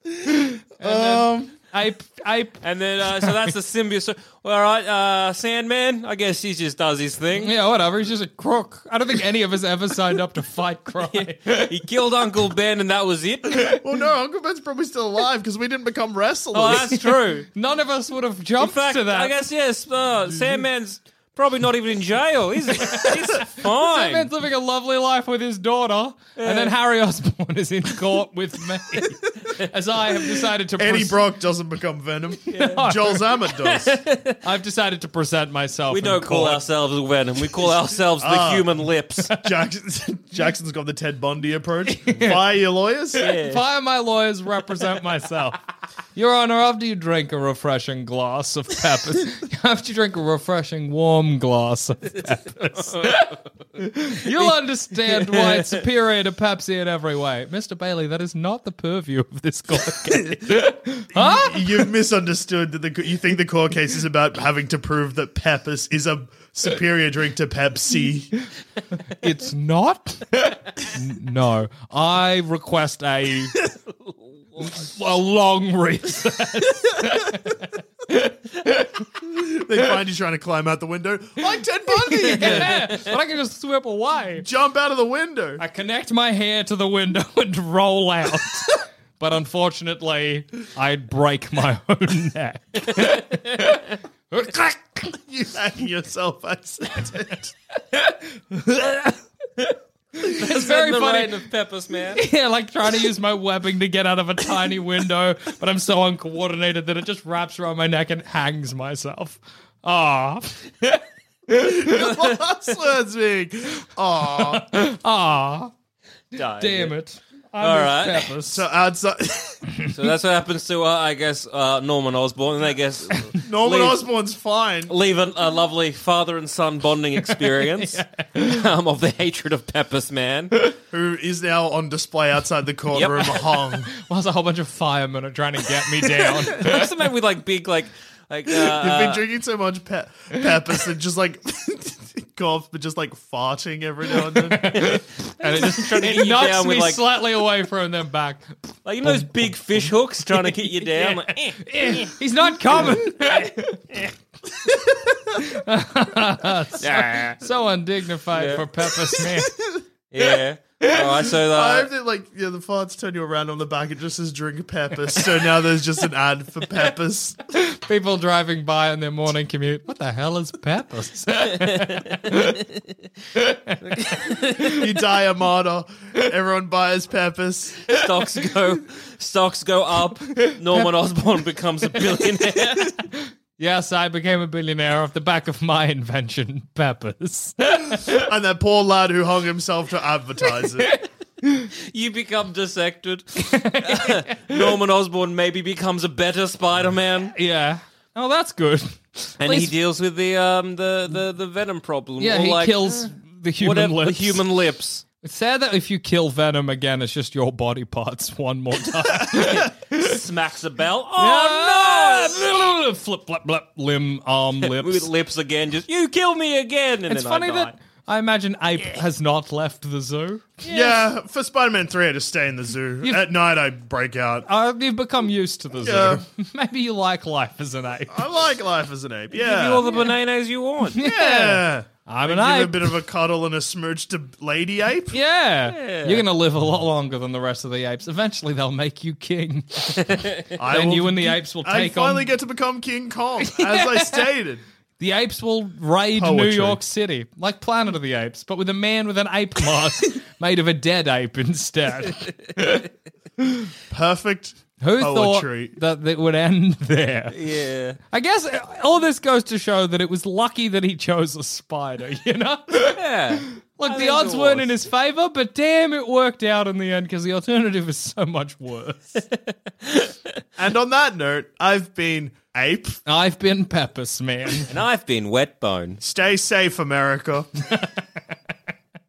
[SPEAKER 1] Um,
[SPEAKER 2] Ape, ape.
[SPEAKER 3] And then, uh, so that's the symbiote. So, all right, uh, Sandman. I guess he just does his thing.
[SPEAKER 2] Yeah, whatever. He's just a crook. I don't think any of us ever signed up to fight crime.
[SPEAKER 3] He killed Uncle Ben, and that was it. Oh,
[SPEAKER 1] well, no, Uncle Ben's probably still alive because we didn't become wrestlers.
[SPEAKER 3] that's true.
[SPEAKER 2] None of us would have
[SPEAKER 3] In
[SPEAKER 2] jumped
[SPEAKER 3] fact,
[SPEAKER 2] to that.
[SPEAKER 3] I guess yes. Uh, Sandman's probably not even in jail. He's, he's fine.
[SPEAKER 2] Batman's living a lovely life with his daughter, and then Harry Osborn is in court with me, as I have decided to.
[SPEAKER 1] Eddie
[SPEAKER 2] pres-
[SPEAKER 1] Brock doesn't become Venom. Joel Zammett does.
[SPEAKER 2] I've decided to present myself.
[SPEAKER 3] we
[SPEAKER 2] in
[SPEAKER 3] don't call
[SPEAKER 2] court.
[SPEAKER 3] ourselves Venom. We call ourselves the
[SPEAKER 2] Ah.
[SPEAKER 3] Human Lips.
[SPEAKER 1] Jackson, Jackson's got the Ted Bundy approach. Fire your lawyers.
[SPEAKER 2] Fire my lawyers, represent myself. Your Honor, after you drink a refreshing glass of peppers, after you drink a refreshing warm glass of peppers, you'll understand why it's superior to Pepsi in every way. Mr. Bailey, that is not the purview of this court case. huh?
[SPEAKER 1] You've misunderstood that the, you think the court case is about having to prove that Pepsi is a superior drink to Pepsi.
[SPEAKER 2] It's not. N- no, I request a a long recess.
[SPEAKER 1] They find you trying to climb out the window. Oh, Like Ted Bundy again.
[SPEAKER 2] but I can just sweep away.
[SPEAKER 1] Jump out of the window.
[SPEAKER 2] I connect my hair to the window and roll out. but unfortunately, I break my own neck.
[SPEAKER 1] You hang yourself, I said.
[SPEAKER 2] It's very
[SPEAKER 3] the
[SPEAKER 2] funny.
[SPEAKER 3] reign of Peppers, man.
[SPEAKER 2] Yeah, like trying to use my webbing to get out of a tiny window, but I'm so uncoordinated that it just wraps around my neck and hangs myself. Ah,
[SPEAKER 1] Slutsvig. Aw.
[SPEAKER 2] ah,
[SPEAKER 3] Died.
[SPEAKER 2] damn it! I
[SPEAKER 3] All
[SPEAKER 2] miss
[SPEAKER 3] right.
[SPEAKER 2] Peppers.
[SPEAKER 1] So outside,
[SPEAKER 3] So that's what happens to, uh, I guess, uh, Norman Osborn. And I guess
[SPEAKER 1] Norman
[SPEAKER 3] leave-
[SPEAKER 1] Osborn's fine.
[SPEAKER 3] leave a, a lovely father and son bonding experience um, of the hatred of Peppers, man.
[SPEAKER 1] who is now on display outside the courtroom, hung.
[SPEAKER 2] Whilst a whole bunch of firemen are trying to get me down.
[SPEAKER 3] What's the man with like big like like uh,
[SPEAKER 1] You've been
[SPEAKER 3] uh,
[SPEAKER 1] drinking so much pe- Peppers and just like cough, but just like farting every now and then.
[SPEAKER 2] and it just
[SPEAKER 3] trying to get
[SPEAKER 2] it
[SPEAKER 3] you
[SPEAKER 2] knocks
[SPEAKER 3] down with,
[SPEAKER 2] me
[SPEAKER 3] like-
[SPEAKER 2] slightly away from them back.
[SPEAKER 3] like you know those big fish hooks trying to get you down. Like, eh.
[SPEAKER 2] He's not coming.
[SPEAKER 3] yeah.
[SPEAKER 2] so undignified for Peppers, man.
[SPEAKER 3] yeah. All right, so
[SPEAKER 1] I hope
[SPEAKER 3] uh,
[SPEAKER 1] that like yeah, the farts turn you around on the back. It just says drink Peppers, so now there's just an ad for Peppers.
[SPEAKER 2] People driving by on their morning commute. What the hell is Peppers?
[SPEAKER 1] You die a martyr. Everyone buys Peppers.
[SPEAKER 3] stocks go stocks go up. Norman Osborn becomes a billionaire.
[SPEAKER 2] Yes, I became a billionaire off the back of my invention, peppers.
[SPEAKER 1] And that poor lad who hung himself to advertise it.
[SPEAKER 3] You become dissected. Norman Osborn maybe becomes a better Spider-Man,
[SPEAKER 2] yeah. Oh, that's good.
[SPEAKER 3] and he deals with the um the the, the venom problem.
[SPEAKER 2] Yeah,
[SPEAKER 3] Or,
[SPEAKER 2] he
[SPEAKER 3] like,
[SPEAKER 2] kills eh, the human
[SPEAKER 3] whatever
[SPEAKER 2] lips.
[SPEAKER 3] the human lips.
[SPEAKER 2] It's sad that if you kill Venom again, it's just your body parts one more time.
[SPEAKER 3] smacks a bell. Oh
[SPEAKER 2] no! Flip, flip, flip, limb, arm,
[SPEAKER 3] no! With
[SPEAKER 2] lips.
[SPEAKER 3] lips again, just you kill me again. And
[SPEAKER 2] It's
[SPEAKER 3] then
[SPEAKER 2] funny
[SPEAKER 3] I die.
[SPEAKER 2] that I imagine Ape has not left the zoo.
[SPEAKER 1] Yeah, for Spider Man 3, I just stay in the zoo.
[SPEAKER 2] You've-
[SPEAKER 1] At night, I break out.
[SPEAKER 2] Uh, you've become used to the zoo. Maybe you like life as an ape.
[SPEAKER 1] I like life as an ape. Yeah.
[SPEAKER 3] you all the bananas you want.
[SPEAKER 1] yeah.
[SPEAKER 2] I'm
[SPEAKER 1] Give
[SPEAKER 2] an
[SPEAKER 1] a
[SPEAKER 2] ape.
[SPEAKER 1] bit of a cuddle and a smooch to Lady Ape.
[SPEAKER 2] Yeah. You're going to live a lot longer than the rest of the apes. Eventually, they'll make you king.
[SPEAKER 1] I
[SPEAKER 2] then
[SPEAKER 1] will-
[SPEAKER 2] you and the apes will
[SPEAKER 1] I
[SPEAKER 2] take
[SPEAKER 1] finally
[SPEAKER 2] on.
[SPEAKER 1] get to become King Kong, as I stated.
[SPEAKER 2] the apes will raid New
[SPEAKER 1] Poetry.
[SPEAKER 2] York City, like Planet of the Apes, but with a man with an ape mask made of a dead ape instead.
[SPEAKER 1] Perfect.
[SPEAKER 2] Who
[SPEAKER 1] Poetry.
[SPEAKER 2] thought that it would end there?
[SPEAKER 3] Yeah.
[SPEAKER 2] I guess all this goes to show that it was lucky that he chose a spider, you know?
[SPEAKER 3] Yeah.
[SPEAKER 2] Look, the
[SPEAKER 3] think
[SPEAKER 2] odds
[SPEAKER 3] it
[SPEAKER 2] weren't
[SPEAKER 3] was.
[SPEAKER 2] in his favor, but damn, it worked out in the end because the alternative is so much worse.
[SPEAKER 1] And on that note, I've been Ape.
[SPEAKER 2] I've been pepper man.
[SPEAKER 3] And I've been wet bone.
[SPEAKER 1] Stay safe, America.